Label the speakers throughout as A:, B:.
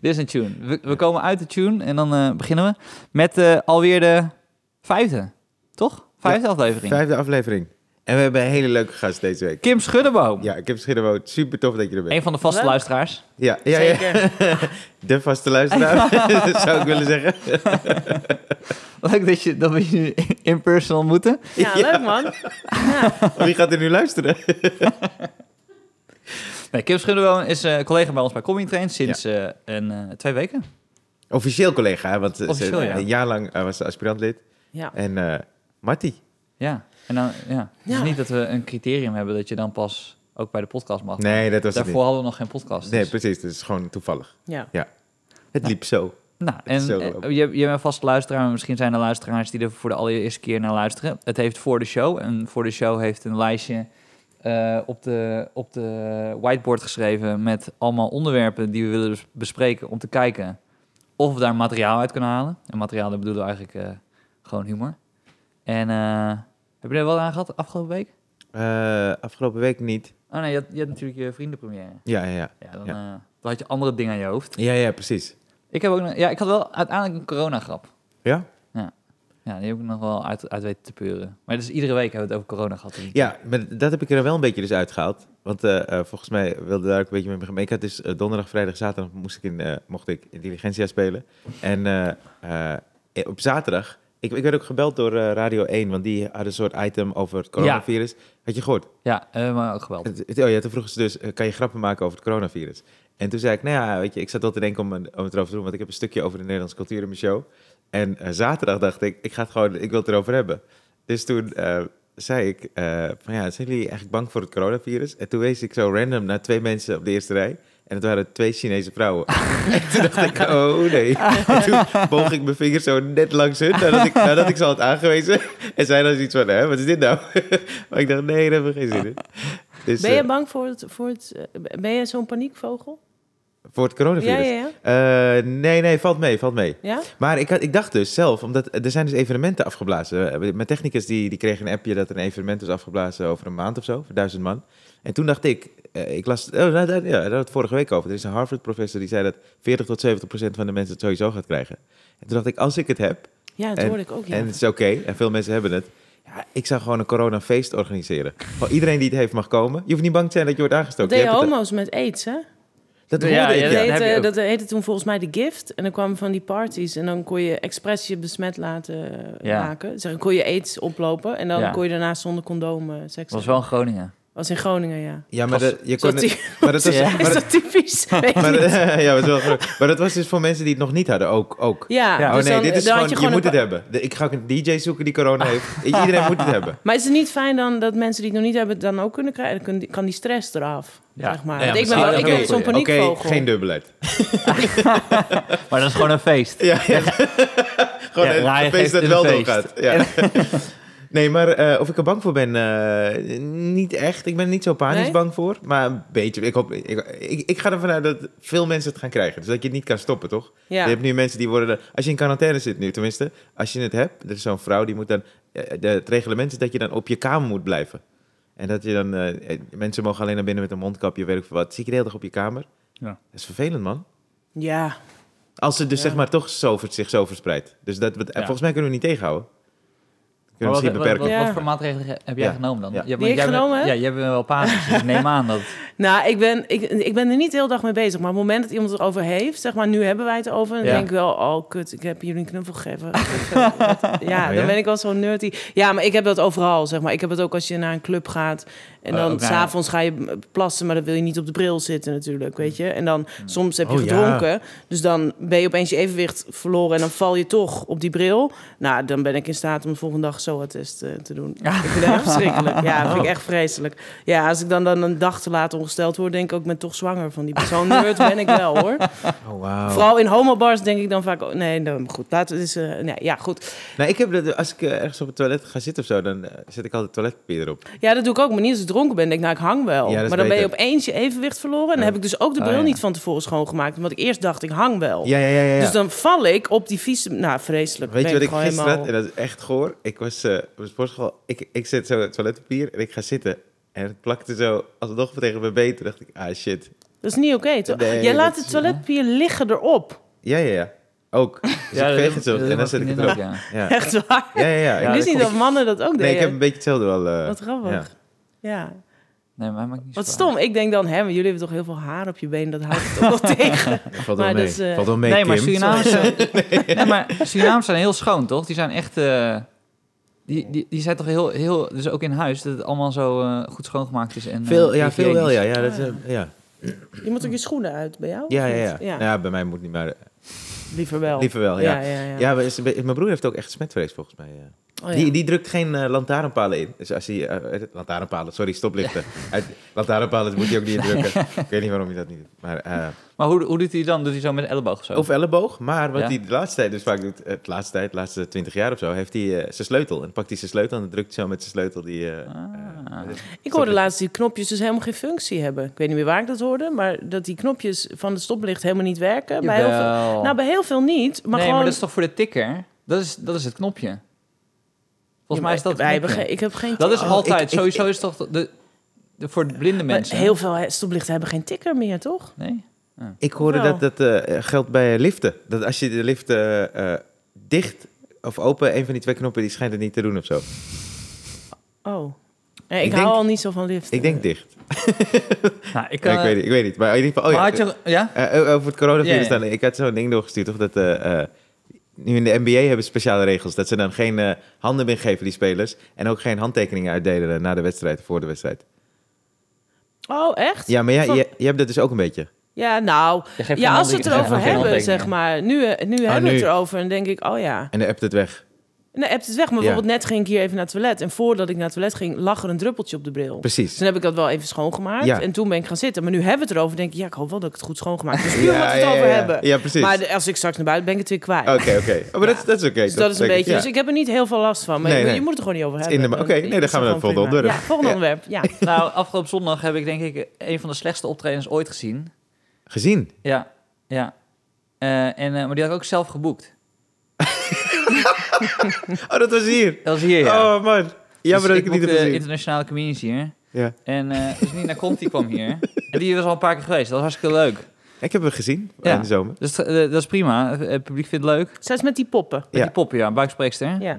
A: Dit is een tune. We, we komen uit de tune en dan eh, beginnen we met eh, alweer de vijfde, toch? Vijfde aflevering.
B: Vijfde aflevering. En we hebben een hele leuke gast deze week.
A: Kim Schuddeboom.
B: Ja, ik heb Schidderwoud. Super tof dat je er bent.
A: Een van de vaste
C: Leuk.
A: luisteraars.
B: Ja, ja, ja.
C: Zeker.
B: de vaste luisteraar, zou ik willen zeggen.
A: Leuk dat, je, dat we je nu in person ontmoeten.
C: Ja, leuk man.
B: Wie gaat er nu luisteren?
A: Nee, Kim Schuddeboom is eh, collega bij ons bij Comedy Train sinds eh, een, eh, twee weken.
B: Officieel collega, hè, want eh, ze-
A: Officieel, ja.
B: een jaar lang eh, was ze aspirantlid.
C: Ja.
B: En eh Marty.
A: Ja. En dan, ja. Het is
C: Ja.
A: niet dat we een criterium hebben dat je dan pas ook bij de podcast mag.
B: Nee, dat was het
A: Daarvoor
B: niet.
A: hadden we nog geen podcast.
B: Nee,
A: dus-
B: precies. Het is gewoon toevallig.
C: ja.
B: Het liep zo.
A: Nou,
B: is
A: en
B: zo
A: eh,
B: gelopen.
A: je, je bent een vaste luisteraar, maar misschien zijn er luisteraars die er voor de allereerste keer naar luisteren. Het heeft voor de show en voor de show heeft een lijstje eh, op, de, op de whiteboard geschreven met allemaal onderwerpen die we willen bes- bespreken om te kijken of we daar materiaal uit kunnen halen. En materiaal, daar bedoelen we eigenlijk eh, gewoon humor. En eh, heb je er wel aan gehad afgelopen week?
B: Eh, afgelopen week niet.
A: Oh nee, je had, je had natuurlijk je vriendenpremière.
B: Ja, ja, ja.
A: Ja, dan, eh, dan had je andere dingen aan je hoofd.
B: Ja, ja, precies.
A: Ik, heb ook, nog- ja, ik had wel uiteindelijk een coronagrap.
B: Ja?
A: Ja, die heb ik nog wel uit, uit weten te peuren. Maar dus iedere week hebben we het over corona gehad.
B: Ja, maar dat heb ik er wel een beetje dus uitgehaald. Want eh, eh, volgens mij wilde daar ook een beetje mee beginnen. Ik had dus eh, donderdag, vrijdag, zaterdag moest ik in, eh, mocht ik Intelligentia spelen. En eh, eh, op zaterdag, ik, ik werd ook gebeld door eh, Radio 1, want die hadden een soort item over het coronavirus. Had je gehoord?
A: Ja, eh, maar ook geweld.
B: Het- het- Oh ja, toen vroegen ze dus, eh, kan je grappen maken over het coronavirus? En toen zei ik, nou ja, weet je, ik zat wel te denken om, een- om het erover te doen, want ik heb een stukje over de Nederlandse cultuur in mijn show. En eh, zaterdag dacht ik, ik ga het gewoon, ik wil het erover hebben. Dus toen eh, zei ik, eh, van ja, zijn jullie eigenlijk bang voor het coronavirus? En toen wees ik zo random naar twee mensen op de eerste rij. En het waren twee Chinese vrouwen. en toen dacht ik, oh nee. En toen boog ik mijn vinger zo net langs hun, nadat ik, nadat ik ze had aangewezen. En zij dan zoiets van, hè, wat is dit nou? maar ik dacht, nee, daar hebben we geen zin in. Dus,
C: Ben je
B: eh,
C: bang voor het... Voor het eh, ben je zo'n paniekvogel?
B: Voor het
C: Ja,
B: coronavirus?
C: ja, ja.
B: Eh, nee, nee, valt mee, valt mee.
C: Ja?
B: Maar ik, had, ik dacht dus zelf, omdat eh, er zijn dus evenementen afgeblazen. Eh, Mijn technicus die, die kreeg een appje dat er een evenement was afgeblazen over een maand of zo, voor duizend man. En toen dacht ik, eh, ik las, oh, nou, daar- ja, daar hadden we het vorige week over. Er is een Harvard-professor die zei dat 40 tot 70 procent van de mensen het sowieso gaat krijgen. En toen dacht ik, als ik het heb,
C: Ja, dat
B: En-
C: hoorde ik ook, ja.
B: en het is oké, en veel mensen hebben het. Ja, ik zou gewoon een coronafeest organiseren. Gewoon iedereen die het heeft mag komen. Je hoeft niet bang te zijn dat je wordt
C: dat
B: aangestoken.
C: deden
B: Je hebt het-
C: homo's met aids, hè?
B: dat hoorde
A: Ja, ja,
B: ik,
C: Dat,
B: ja.
A: heb je
C: heette,
A: ook.
C: dat heette toen volgens mij de gift. En dan kwamen van die parties. En dan kon je expres je besmet laten eh,
A: Ja.
C: maken. Zeg, dan kon je aids oplopen. En dan
A: Ja.
C: kon je daarna zonder condoom eh, seks
A: Dat was
C: hebben.
A: wel in Groningen.
C: was in Groningen, ja.
B: Ja, maar
A: Was-
B: de- je
C: Zo
B: kon het- Maar dat was,
A: Ja.
B: maar
C: Is
B: dat-
C: dat typisch? Weet ik
B: maar,
C: niet.
B: dat- ja, dat is wel grappig. maar dat was dus voor mensen die het nog niet hadden ook. ook.
C: Ja,
A: Ja.
B: oh
C: dus
B: nee,
C: dan-
B: dit is
C: dan
B: gewoon,
C: had
B: je,
C: gewoon
B: moet
C: een Ah.
B: het hebben. De- Ik ga ook een DJ zoeken die corona heeft. Iedereen moet het hebben.
C: Maar is het niet fijn dan dat mensen die het nog niet hebben het dan ook kunnen krijgen? Dan kun- kan die stress eraf,
A: Ja.
C: zeg maar.
A: Ja,
C: Want ik ben
A: misschien
C: wel
A: wel
C: ik
A: een
C: ben zo'n
A: goeie.
B: Oké,
C: paniekvogel.
B: geen dubbelheid.
A: Maar dat is gewoon een feest.
B: Ja, ja. gewoon
A: Ja, Ryan
B: een feest
A: geeft
B: dat
A: een
B: wel
A: feest.
B: doorgaat. Ja. nee, maar eh, of ik er bang voor ben, eh, niet echt. Ik ben er niet zo panisch
C: Nee?
B: bang voor. Maar een beetje. Ik, hoop, ik, ik, ik ga ervan uit dat veel mensen het gaan krijgen. Dus dat je het niet kan stoppen, toch?
C: Ja.
B: Je hebt nu mensen die worden... Als je in quarantaine zit nu, tenminste. Als je het hebt, er is zo'n vrouw die moet dan... eh, de- Het reglement is dat je dan op je kamer moet blijven. En dat je dan... eh, eh, mensen mogen alleen naar binnen met een mondkapje, weet ik veel wat. Zie je de hele dag op je kamer?
A: Ja.
B: Dat is vervelend, man.
C: Ja,
B: Als het dus
C: Ja.
B: zeg maar toch zo, ver- zich zo verspreidt. Dus dat, we- en volgens mij kunnen we het niet tegenhouden. Kunnen we
A: Maar wat,
B: misschien
A: wat,
B: beperken.
A: wat,
C: Ja.
A: wat voor maatregelen ge- heb jij
B: Ja.
A: genomen dan?
B: Ja.
A: want
C: Die ik
A: jij bent-
C: genomen heb?
A: Ja, jij bent wel panisch. Dus ik neem aan dat...
C: nou, ik ben, ik, ik ben er niet de hele dag mee bezig. Maar op het moment dat iemand het erover heeft, zeg maar, nu hebben wij het over. Dan
A: Ja.
C: denk ik wel, oh kut, ik heb jullie een knuffel gegeven. ja,
B: Oh, ja?
C: dan ben ik wel zo'n nerd die... Ja, maar ik heb dat overal, zeg maar. Ik heb het ook als je naar een club gaat. En
A: Oh,
C: dan
A: ook naar-
C: s'avonds ga je plassen, maar dan wil je niet op de bril zitten natuurlijk, weet je. En dan soms heb je
B: Oh, ja.
C: gedronken. Dus dan ben je opeens je evenwicht verloren en dan val je toch op die bril. Nou, dan ben ik in staat om de volgende dag SOA-test eh, te doen. Ik vind dat echt verschrikkelijk. Ja,
B: Oh.
C: dat vind ik echt vreselijk. Ja, als ik dan, dan een dag te laat ongesteld word, denk ik ook, ik ben toch zwanger van die persoon. Nerd ben ik wel, hoor.
B: Oh, wauw.
C: Vooral in homobars denk ik dan vaak, oh, nee, nou, goed, laten we dus, eh, nee, ja, goed.
B: Nou, ik heb dat, als ik eh, ergens op het toilet ga zitten of zo, dan eh, zet ik altijd toiletpapier erop.
C: Ja, dat doe ik ook, maar niet als ik dronken ben, denk ik, nou, ik hang wel.
B: Ja, dat is
C: maar dan ben je
B: beter.
C: opeens je evenwicht verloren en
B: Ja.
C: dan heb ik dus ook de
A: Oh,
C: bril
A: ja.
C: niet van tevoren schoongemaakt, omdat ik eerst dacht, ik hang wel.
B: Ja, ja, ja. ja, ja.
C: Dus dan val ik op die vieze... Nou, vreselijk.
B: Weet
C: Ben
B: je wat ik
C: gewoon
B: gisteren
C: helemaal-
B: had? En dat is echt goor. Ik was eh, op de sportschool. Ik, ik zet zo het toiletpapier en ik ga zitten. En het plakte zo alsnog tegen mijn been. Toen dacht ik, ah shit,
C: Dat is niet oké, toch?
B: Nee,
C: Jij laat
B: dat
C: het
B: is-
C: toiletpapier liggen erop.
B: Ja, ja, ja. Ook. Dus ik veeg het zo en dan zet ik het erop.
A: Ja.
B: Ja, ja,
C: Echt waar.
B: ja. ja.
A: Ja,
C: ik wist
A: dat
C: niet
A: klopt.
C: dat mannen dat ook
B: nee, ik
C: deden.
B: heb een beetje hetzelfde wel. eh,
C: Wat grappig. ja.
A: Nee, maar maakt niet
C: Wat
A: zoveel
C: stom. Ik denk dan, hè, maar jullie hebben toch heel veel haar op je been, dat houdt het toch wel tegen.
B: ja. Valt wel
C: Maar
B: mee.
C: dat is, eh,
B: Valt wel mee,
A: uit. Nee, maar
B: Kim.
A: Surinaams zijn, nee, maar Surinaams zijn heel schoon, toch? Die zijn echt... eh, die, die, die zijn toch heel, heel... Dus ook in huis, dat het allemaal zo eh, goed schoongemaakt is. En, eh,
B: Veel, ja, veel wel,
A: hygiënisch.
B: ja. Ja, dat, is, eh, ja.
C: Je moet ook je schoenen uit bij jou? of
B: Ja, ja,
C: niet?
B: ja. Nou ja. bij mij moet niet, maar eh,
C: Liever wel.
B: liever wel, ja.
C: ja, ja, ja.
B: Ja, maar is- mijn broer heeft ook echt smetvrees volgens mij. ja.
C: Oh, ja.
B: Die, die drukt geen eh, lantaarnpalen in. Dus als hij... eh, eh, lantaarnpalen, sorry, stoplichten. Uit, lantaarnpalen moet hij ook niet indrukken. Ik weet niet waarom hij dat niet doet. Maar, eh,
A: Maar hoe, hoe doet hij dan? Doet hij zo met een elleboog of zo?
B: of elleboog, maar wat
A: Ja.
B: hij de laatste tijd dus vaak doet... eh, De laatste tijd, de laatste twintig jaar of zo, heeft hij eh, zijn sleutel. En pakt hij zijn sleutel en dan drukt hij zo met zijn sleutel die... eh,
A: Ah.
B: eh,
C: Ik hoorde laatst die knopjes dus helemaal geen functie hebben. Ik weet niet meer waar ik dat hoorde, maar dat die knopjes van het stoplicht helemaal niet werken. Bij heel veel,
A: Jawel.
C: nou, bij heel veel niet, maar
A: nee,
C: gewoon...
A: maar dus dat is toch voor de tikker? Dat is, dat is het knopje. Volgens mij is dat het
C: Wij hebben
A: knopje.
C: geen- ik heb geen
A: Dat is
B: Oh,
A: altijd,
B: ik- ik-
A: sowieso is toch de, de- voor blinde
C: Maar
A: mensen.
C: Heel veel hè, stoplichten hebben geen tikker meer, toch?
A: Nee?
B: Ik hoorde
C: Nou.
B: dat dat eh, geldt bij liften. Dat als je de lift eh, eh, dicht of open, een van die twee knoppen, die schijnt het niet te doen of zo.
C: Oh. Nee, ik,
B: Ik
C: hou
B: denk-
C: al niet zo van liften.
B: Ik denk dicht.
A: Nou, ik
C: eh,
B: ik, weet niet, ik weet niet. Maar in ieder geval, oh
A: maar
B: ja.
A: had je, ja?
B: eh, eh, over het coronavirus
A: Ja, ja.
B: dan. Ik had zo'n ding doorgestuurd, toch? Dat, eh, eh, nu in de NBA hebben ze speciale regels. Dat ze dan geen eh, handen meer geven, die spelers. En ook geen handtekeningen uitdelen eh, na de wedstrijd, voor de wedstrijd.
C: Oh, echt?
B: Ja, maar jij,
C: Van-
B: jij, jij hebt dat dus ook een beetje.
C: Ja, nou,
A: Je geeft
C: ja,
A: geen
C: als we het
A: handtekening-
C: erover
A: ja, geen
C: hebben,
A: handtekening.
C: zeg maar. Nu, eh, nu
A: Ah,
C: hebben we
B: nu.
C: het erover en denk ik, oh ja.
B: En dan appt het weg.
C: Nee, hebt het weg. Maar
B: Ja.
C: bijvoorbeeld net ging ik hier even naar het toilet. En voordat ik naar het toilet ging, lag er een druppeltje op de bril. Dus
B: Precies.
C: toen heb ik dat wel even schoongemaakt.
B: Ja.
C: En toen ben ik gaan zitten. Maar nu hebben we het erover. denk ik, ja, ik hoop wel dat ik het goed schoongemaakt heb. Dus nu moeten we het over
B: ja.
C: hebben.
B: Ja, precies.
C: Maar
B: Oké,
C: de- als ik straks naar buiten ben, ben ik het weer kwijt.
B: oké. Oh, maar dat, dat is oké.
C: Dus dat is een
B: denk ik,
C: beetje.
B: ja.
C: Dus ik heb er niet heel veel last van. Maar
B: Nee,
C: je,
B: nee.
C: je moet het er gewoon niet over
B: Het is
C: hebben.
B: in de- oké,
C: Dan-
B: nee, dan
C: is
B: gaan we naar
C: dat
B: het
C: gewoon
B: volgende
C: prima. Ja, volgende onderwerp. Ja.
A: Nou, afgelopen zondag heb ik denk ik een van de slechtste optredens ooit gezien.
B: Gezien.
A: Ja, ja. Eh, en, eh, maar die had ik ook zelf geboekt.
B: Oh, dat was hier.
A: Dat was hier, ja.
B: Oh man,
A: Dus
B: jammer dat ik het niet heb
A: boekte
B: gezien.
A: internationale comedians hier.
B: Ja.
A: En eh dus Nina Conti kwam hier. En die was al een paar keer geweest. Dat was hartstikke leuk.
B: Ik heb hem gezien
A: Ja.
B: in de zomer.
A: Dus eh, dat is prima. Het publiek vindt het leuk. Met
C: Zelfs met die poppen.
B: Ja.
A: die poppen, ja. Buikspreekster.
C: Ja.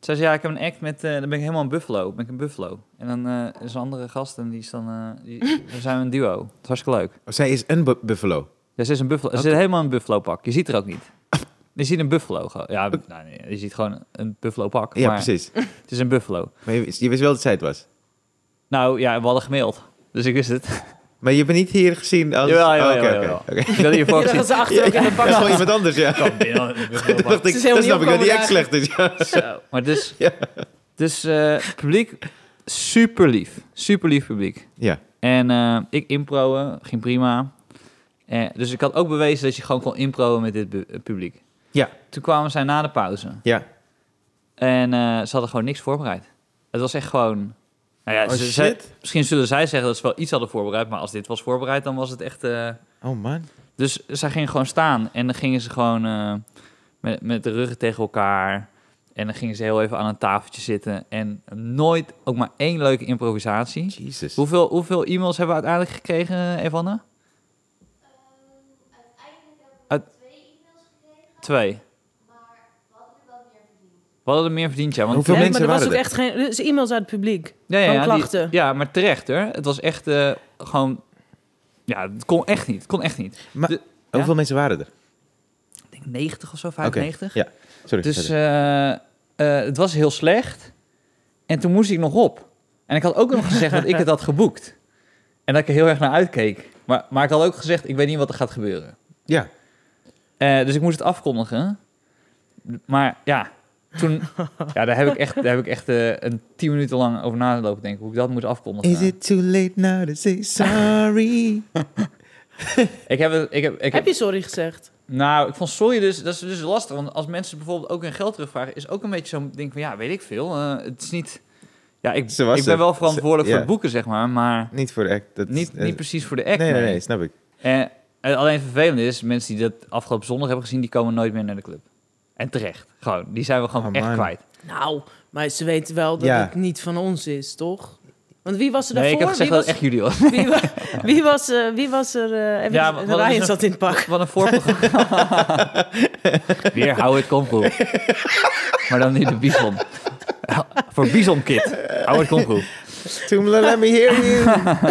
A: Zij zei, ja, ik heb een act met... eh, dan ben ik helemaal in Buffalo. Ben ik in Buffalo. En dan eh, is een andere gast en die is dan... eh, die, dan zijn we een duo. Dat is hartstikke leuk.
B: Oh, zij is een bu- buffalo.
A: Dus ze is een buffalo. Ze zit helemaal in een buffalo pak. Je ziet er ook niet. Je ziet een buffalo. gewoon. Ja, nou, nee, je ziet gewoon een buffalo pak.
B: Ja,
A: maar
B: precies.
A: Het is een buffalo.
B: Maar je, wist- je wist wel dat zij het was.
A: Nou ja, we hadden gemaild. Dus ik wist het.
B: Maar je bent niet hier gezien als...
A: Jawel, jawel,
B: Oh, oké,
A: jawel,
B: oké,
A: jawel.
B: oké.
A: Ik had hiervoor
C: Ja, dat
A: gezien.
C: ze achter ook in de
B: Dat
C: bak
B: is gewoon iemand anders, ja.
A: Ik kwam binnen, een buffalo pak.
B: Dacht ik,
C: Ze is helemaal
B: dat
C: niet
B: snap ik, dat
C: opkomen
B: die act
C: dagen.
B: slecht is. Ja.
A: Zo. Maar dus...
B: Ja.
A: Dus eh, publiek, super lief. Super lief publiek.
B: ja.
A: En eh, ik improen, ging prima. Eh, dus ik had ook bewezen dat je gewoon kon improen met dit bu- eh, publiek.
B: Ja.
A: Toen kwamen zij na de pauze.
B: Ja.
A: En eh, ze hadden gewoon niks voorbereid. Het was echt gewoon... Nou ja,
B: Oh,
A: ze- ze-
B: shit.
A: misschien zullen zij zeggen dat ze wel iets hadden voorbereid. Maar als dit was voorbereid, dan was het echt... eh,
B: Oh man.
A: dus zij gingen gewoon staan en dan gingen ze gewoon eh, met, met de ruggen tegen elkaar. En dan gingen ze heel even aan een tafeltje zitten. En nooit ook maar één leuke improvisatie.
B: Jesus.
A: Hoeveel, hoeveel e-mails hebben we uiteindelijk gekregen, Evanne? Uit- Twee. We hadden er meer verdiend, ja. Want
B: Hoeveel
C: Nee,
B: mensen
C: maar er was
B: waren
C: ook
B: er?
C: echt geen... Dus e-mails uit het publiek.
A: ja, ja,
C: van
A: ja, die-
C: klachten.
A: ja, maar terecht hoor. Het was echt eh, gewoon... Ja, het kon echt niet. Het kon echt niet.
B: Maar oh,
A: de-
B: hoeveel mensen waren er?
A: Ik denk 90 of zo,
B: Oké.
A: 95.
B: Ja, sorry.
A: Dus
B: verder.
A: eh, eh, het was heel slecht. En toen moest ik nog op. En ik had ook nog gezegd dat ik het had geboekt. En dat ik er heel erg naar uitkeek. Maar, maar ik had ook gezegd, ik weet niet wat er gaat gebeuren.
B: ja.
A: Eh, dus ik moest het afkondigen. Maar ja, toen... Ja, daar heb ik echt, daar heb ik echt eh, een tien minuten lang over nagelopen, denk ik. Hoe ik dat moest afkondigen.
B: Is it too late now to say sorry?
A: Ik heb het... Ik heb, ik
C: Heb je sorry gezegd?
A: Nou, ik vond sorry dus, dat is dus lastig. Want als mensen bijvoorbeeld ook hun geld terugvragen, is ook een beetje zo'n ding van, ja, weet ik veel. eh, het is niet... Ja, ik,
B: Ze was
A: ik ben
B: er.
A: wel verantwoordelijk
B: Ze-
A: voor
B: ja.
A: het boeken, zeg maar, maar
B: Niet voor de act. Dat is-
A: niet,
B: eh,
A: niet precies voor de act.
B: Nee, nee,
A: nee.
B: nee, snap ik.
A: Eh, eh, alleen het vervelende is, mensen die dat afgelopen zondag hebben gezien, die komen nooit meer naar de club. En terecht, gewoon. Die zijn we gewoon
B: Oh,
A: echt
B: man.
A: kwijt.
C: Nou, maar ze weten wel dat
B: Ja.
C: het niet van ons is, toch? Want wie was er
A: Nee, ik heb
C: daarvoor?
A: gezegd
C: wie,
A: dat
C: was,
A: het echt jullie was.
C: wie, wa- wie was, eh, wie was er? eh, even-
A: Ja, maar wat is
C: Ryan
A: er-
C: zat in het pak.
A: Wat een voorprogramma. Weer hou het komproe. Maar dan niet de bison. Voor bison kid. Hou het komproe.
B: Toemla, eh, let me hear you. Oh,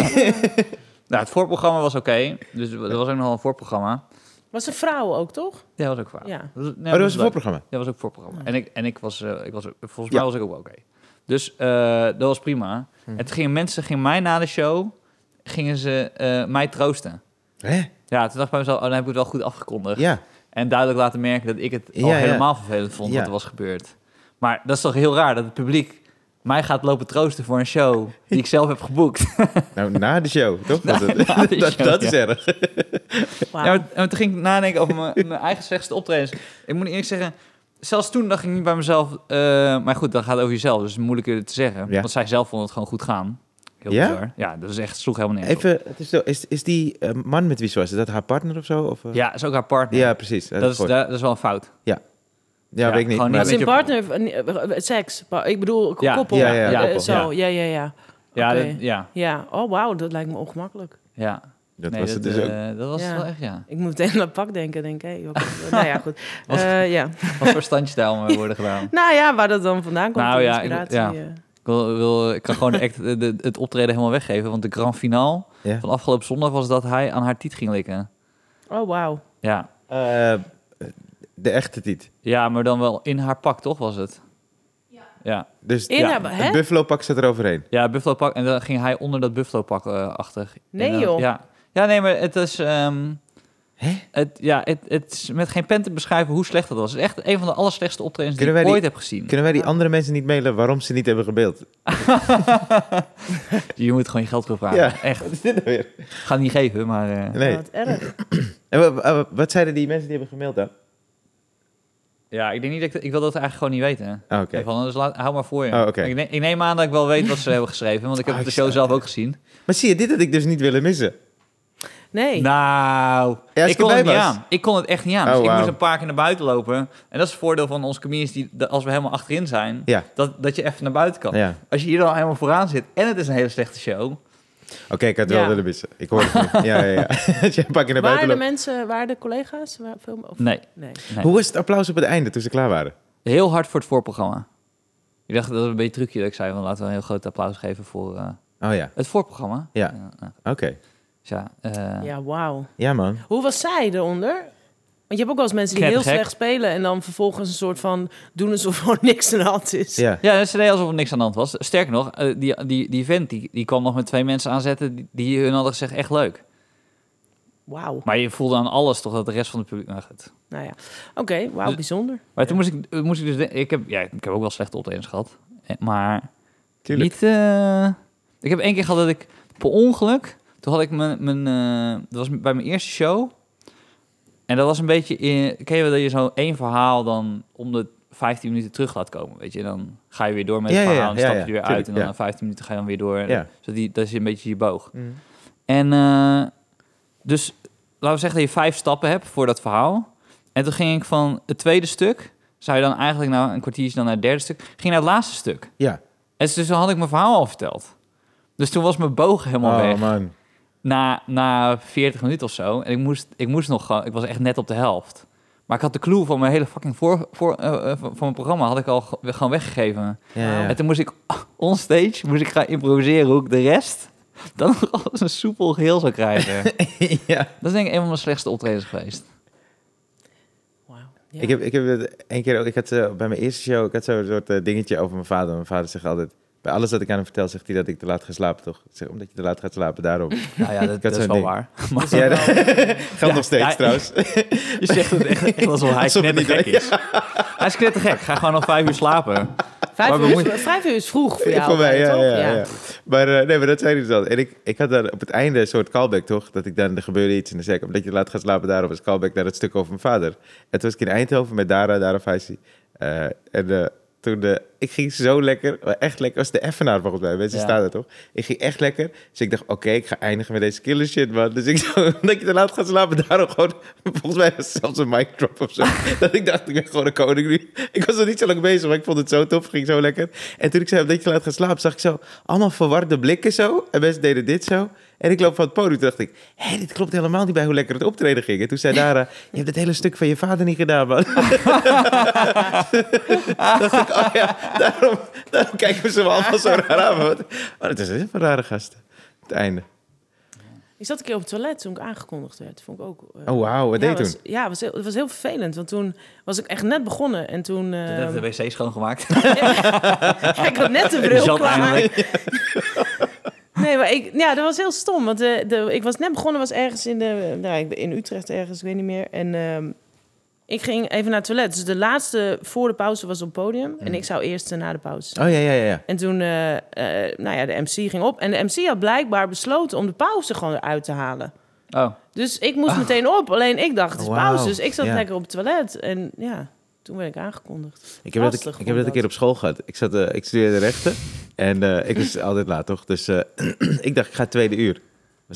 A: Nou, het voorprogramma was oké. dus er was ook nogal een voorprogramma.
C: Was er vrouwen ook, toch?
A: Ja, dat was ook waar.
C: Ja.
A: Nee,
B: Oh, dat was een
A: leuk.
B: voorprogramma.
A: Dat was ook voorprogramma. En ik, en ik was, eh, ik was volgens
B: Ja. Hm.
A: mij was ik ook wel oké. Dus eh, dat was prima. En toen gingen mensen, gingen mij na de show, gingen ze eh, mij troosten.
B: Hè?
A: Ja, toen dacht ik bij mezelf, oh, dan heb ik het wel goed afgekondigd.
B: Ja.
A: En duidelijk laten merken dat ik het al
B: Ja, ja.
A: helemaal vervelend vond
B: Ja.
A: wat er was gebeurd. Maar dat is toch heel raar dat het publiek mij gaat lopen troosten voor een show die ik zelf heb geboekt.
B: Nou, na de show, toch? Dat,
A: na de
B: dat,
A: show,
B: dat is
A: ja.
B: erg.
C: Wauw.
A: Ja, maar, maar toen ging ik nadenken over mijn, mijn eigen slechtste optredens. Ik moet eerlijk zeggen, zelfs toen dacht ik niet bij mezelf... eh, maar goed, dat gaat over jezelf, dus moeilijker te zeggen.
B: Ja.
A: Want zij zelf vond het gewoon goed gaan. Heel
B: Ja?
A: bizar. Ja, dat is echt, sloeg helemaal nergens op.
B: Even, het is, zo- is, is die eh, man met wie ze was, is dat haar partner of zo? Of, eh?
A: Ja, dat is ook haar partner.
B: ja, precies.
A: dat, is,
B: voor-
A: dat, dat is wel een fout.
B: ja,
A: ja,
B: weet ik niet.
A: gewoon
B: maar-
C: Als
A: niet-
C: een partner, eh, eh, seks. pa- Ik bedoel,
A: Ja,
C: koppel.
B: ja, ja,
C: Eh,
A: koppel.
C: Zo, ja, ja, ja.
A: Ja,
C: Oké.
A: dat- ja,
C: Ja, oh wauw, dat lijkt me ongemakkelijk.
A: ja.
B: dat
A: Nee,
B: was het dus
A: eh,
B: ook.
A: dat was
C: Ja.
A: wel echt, ja.
C: Ik moet meteen aan het pak denken, denk ik. Hey, wat- nou ja, goed.
A: Wat-
C: Eh, ja.
A: Wat voor standje daar allemaal worden gedaan.
C: Nou ja, waar dat dan vandaan komt,
A: Nou
C: die
A: ja, ik-
C: inspiratie.
A: ja.
C: eh.
A: Ik, wil, wil- ik kan gewoon de act- de- de- het optreden helemaal weggeven. Want de grand finale
B: Ja.
A: van afgelopen zondag was dat hij aan haar tiet ging likken.
C: Oh, wauw.
A: Ja.
B: Eh, de echte tiet.
A: ja, maar dan wel in haar pak, toch was het? Ja. Ja,
B: Dus
C: In
B: ja,
C: haar- hè?
B: het buffalo pak zat er overheen.
A: ja buffalo pak. En dan ging hij onder dat buffalo pak eh, achtig.
C: Nee,
A: En dan-
C: joh.
A: Ja. ja, nee, maar het is... ehm,
B: Hè?
A: Het, ja, het, het is met geen pen te beschrijven hoe slecht dat was. Het is echt een van de allerslechtste optredens die
B: Kunnen
A: ik
B: wij
A: ooit
B: die-
A: heb gezien.
B: Kunnen wij die andere mensen niet mailen waarom ze niet hebben gebeeld?
A: Je moet gewoon je geld terugvragen.
B: Ja.
A: Echt.
B: Wat is dit nou weer?
A: Ga niet geven, maar... eh,
B: Nee.
C: Wat erg.
B: En wa- wa- wat, zeiden die mensen die hebben gemaild dan?
A: Ja, ik denk niet dat ik, ik wil dat eigenlijk gewoon niet weten.
B: Ah, Oké.
A: Oké. Van, dus laat, hou maar voor je.
B: Oh, oké.
A: ik, neem, ik neem aan dat ik wel weet wat ze hebben geschreven, want ik heb
B: Ah,
A: de
B: ik
A: show
B: sta-
A: zelf ook gezien.
B: Maar zie je, dit had ik dus niet willen missen.
C: Nee.
A: Nou,
B: Ja, als
A: ik
B: je
A: kon het
B: erbij
A: niet
B: was.
A: aan. Ik kon het echt niet aan.
B: Oh,
A: dus ik
B: wauw.
A: moest een paar keer naar buiten lopen. En dat is het voordeel van onze comedians, die, dat als we helemaal achterin zijn,
B: Ja.
A: dat, dat je even naar buiten kan.
B: Ja.
A: Als je hier dan helemaal vooraan zit en het is een hele slechte show.
B: Oké, ik had het wel
C: Ja.
B: willen missen. Ik hoor het niet. Ja, ja, ja. Als jij een pakje naar buiten
C: waren de
B: loopt.
C: mensen, waren de collega's? Waar- veel- of-
A: Nee,
C: nee.
A: mensen-
B: Hoe was het applaus op het einde toen ze klaar waren?
A: heel hard voor het voorprogramma. Ik dacht dat was een beetje trucje dat ik zei van laten we een heel groot applaus geven voor eh,
B: Oh ja,
A: het voorprogramma.
B: Ja.
A: ja.
B: oké.
A: Dus ja, eh,
C: Ja, wauw.
B: Ja, man.
C: Hoe was zij eronder? Want je hebt ook wel eens mensen die heel
A: Knettergek.
C: slecht spelen... en dan vervolgens een soort van doen alsof er niks aan de hand is.
B: Ja.
A: Ja, ze deed alsof er niks aan de hand was. Sterker nog, eh, die, die, die vent die, die kwam nog met twee mensen aanzetten die, die hun hadden gezegd echt leuk.
C: Wauw.
A: Maar je voelde aan alles toch dat de rest van het publiek... Nou goed.
C: Nou ja, oké, wauw,
A: Dus-
C: bijzonder.
A: Maar toen moest ik, eh, moest ik dus... de- Ik heb, ja, ik heb ook wel slechte optredens gehad. Eh, Maar
B: Tuurlijk.
A: niet... eh, ik heb één keer gehad dat ik per ongeluk... Toen had ik mijn... mijn eh, dat was bij mijn eerste show. En dat was een beetje... In, ken je wel dat je zo één verhaal dan om de 15 minuten terug laat komen, weet je? En dan ga je weer door met
B: Ja,
A: het
B: ja,
A: verhaal en
B: ja, ja,
A: stap je
B: ja,
A: weer uit.
B: tuurlijk,
A: En dan
B: ja.
A: na 15 minuten ga je dan weer door.
B: Ja.
A: Zodat die, dat is een beetje je boog.
B: Mm.
A: En eh, dus laten we zeggen dat je vijf stappen hebt voor dat verhaal. En toen ging ik van het tweede stuk, zou je dan eigenlijk nou een kwartiertje dan naar het derde stuk, ging naar het laatste stuk.
B: Ja.
A: En dus toen had ik mijn verhaal al verteld. Dus toen was mijn boog helemaal
B: Oh,
A: weg.
B: man.
A: Na, na 40 minuten of zo. En ik moest, ik moest nog gewoon, ik was echt net op de helft. Maar ik had de clue van mijn hele fucking voor, voor, eh, eh, van van mijn programma had ik al ge- gewoon weggegeven.
B: Ja, ja.
A: En toen moest ik onstage moest ik gaan improviseren hoe ik de rest dan nog als een soepel geheel zou krijgen.
B: ja.
A: Dat is denk ik een van mijn slechtste optredens geweest.
C: Wauw. ja.
B: Ik heb, ik heb het één keer ook, ik had eh, bij mijn eerste show, ik had zo'n soort eh, dingetje over mijn vader. Mijn vader zegt altijd, bij alles wat ik aan hem vertel, zegt hij dat ik te laat ga slapen, toch? Ik zeg, omdat je te laat gaat slapen, daarom.
A: Nou ja, dat,
B: dat
A: is
B: zo'n
A: wel
B: ding.
A: waar.
B: ja, dat geldt nog steeds
A: ja.
B: trouwens.
A: Je zegt het echt, echt alsof hij
B: Alsof het niet
A: knettergek is. Hij is knettergek. Ga gewoon nog vijf uur slapen.
C: Vijf,
A: Maar we
C: uur is,
A: moeten-
C: vijf uur is vroeg voor jou. eh,
B: Voor mij, ja,
C: toch?
B: ja, ja. Maar eh, nee, maar dat zei hij dus al. En ik, ik had daar op het einde een soort callback, toch? Dat ik dan, er gebeurde iets en dan zei ik, omdat je laat gaat slapen, daarom is callback naar het stuk over mijn vader. En toen was ik in Eindhoven met Dara, Dara Faisi. Eh, en eh, Toen de, ik ging zo lekker, maar echt lekker. Was de effenaar volgens mij. Mensen
A: Ja.
B: staan daar toch? Ik ging echt lekker. Dus ik dacht, oké, ik ga eindigen met deze killer shit, man. Dus ik zou, omdat je te laat gaat slapen, daarom gewoon... Volgens mij was het zelfs een mic drop of zo. dat ik dacht, ik ben gewoon een koning nu. Ik was nog niet zo lang bezig, maar ik vond het zo tof. Ging zo lekker. En toen ik zei, omdat je te laat gaat slapen, zag ik zo allemaal verwarde blikken zo. En mensen deden dit zo. En ik loop van het podium, toen dacht ik... Hé, dit klopt helemaal niet bij hoe lekker het optreden ging. En toen zei Dara, je hebt het hele stuk van je vader niet gedaan, man. dacht ik, oh ja, daarom, daarom kijken we ze wel allemaal zo raar aan. Want, oh, dat is een rare gasten. Het einde.
C: Ik zat een keer op het toilet toen ik aangekondigd werd. Vond ik ook. eh,
B: Oh, wauw, wat
C: ja,
B: deed je
C: was,
B: toen?
C: Ja, was heel, het was heel vervelend. Want toen was ik echt net begonnen. En toen...
A: Dat
C: eh,
A: heeft de wc schoongemaakt.
C: ik had net de bril
A: Zat
C: klaar.
A: eigenlijk.
C: Nee, maar ik, ja, dat was heel stom. Want eh, de, ik was net begonnen, was ergens in, de, nou, ik ben in Utrecht ergens, ik weet niet meer. En ehm, ik ging even naar het toilet. Dus de laatste voor de pauze was op het podium.
A: Hmm.
C: En ik zou eerst eh, na de pauze.
B: Oh ja, ja, ja. ja.
C: En toen, eh, eh, nou ja, de MC ging op. En de MC had blijkbaar besloten om de pauze gewoon eruit te halen.
A: Oh,
C: Dus ik moest meteen op. Alleen ik dacht, het is
B: Wauw.
C: pauze. Dus ik zat
B: Ja.
C: lekker op het toilet. En ja, toen werd ik aangekondigd.
B: Ik heb, dat,
C: Lastig
B: ik,
C: vond
B: heb dat een
C: dat.
B: keer op school gehad. Ik, zat, eh, ik studeerde rechten en eh, ik was altijd laat, toch? Dus eh, ik dacht, ik ga tweede uur. Dat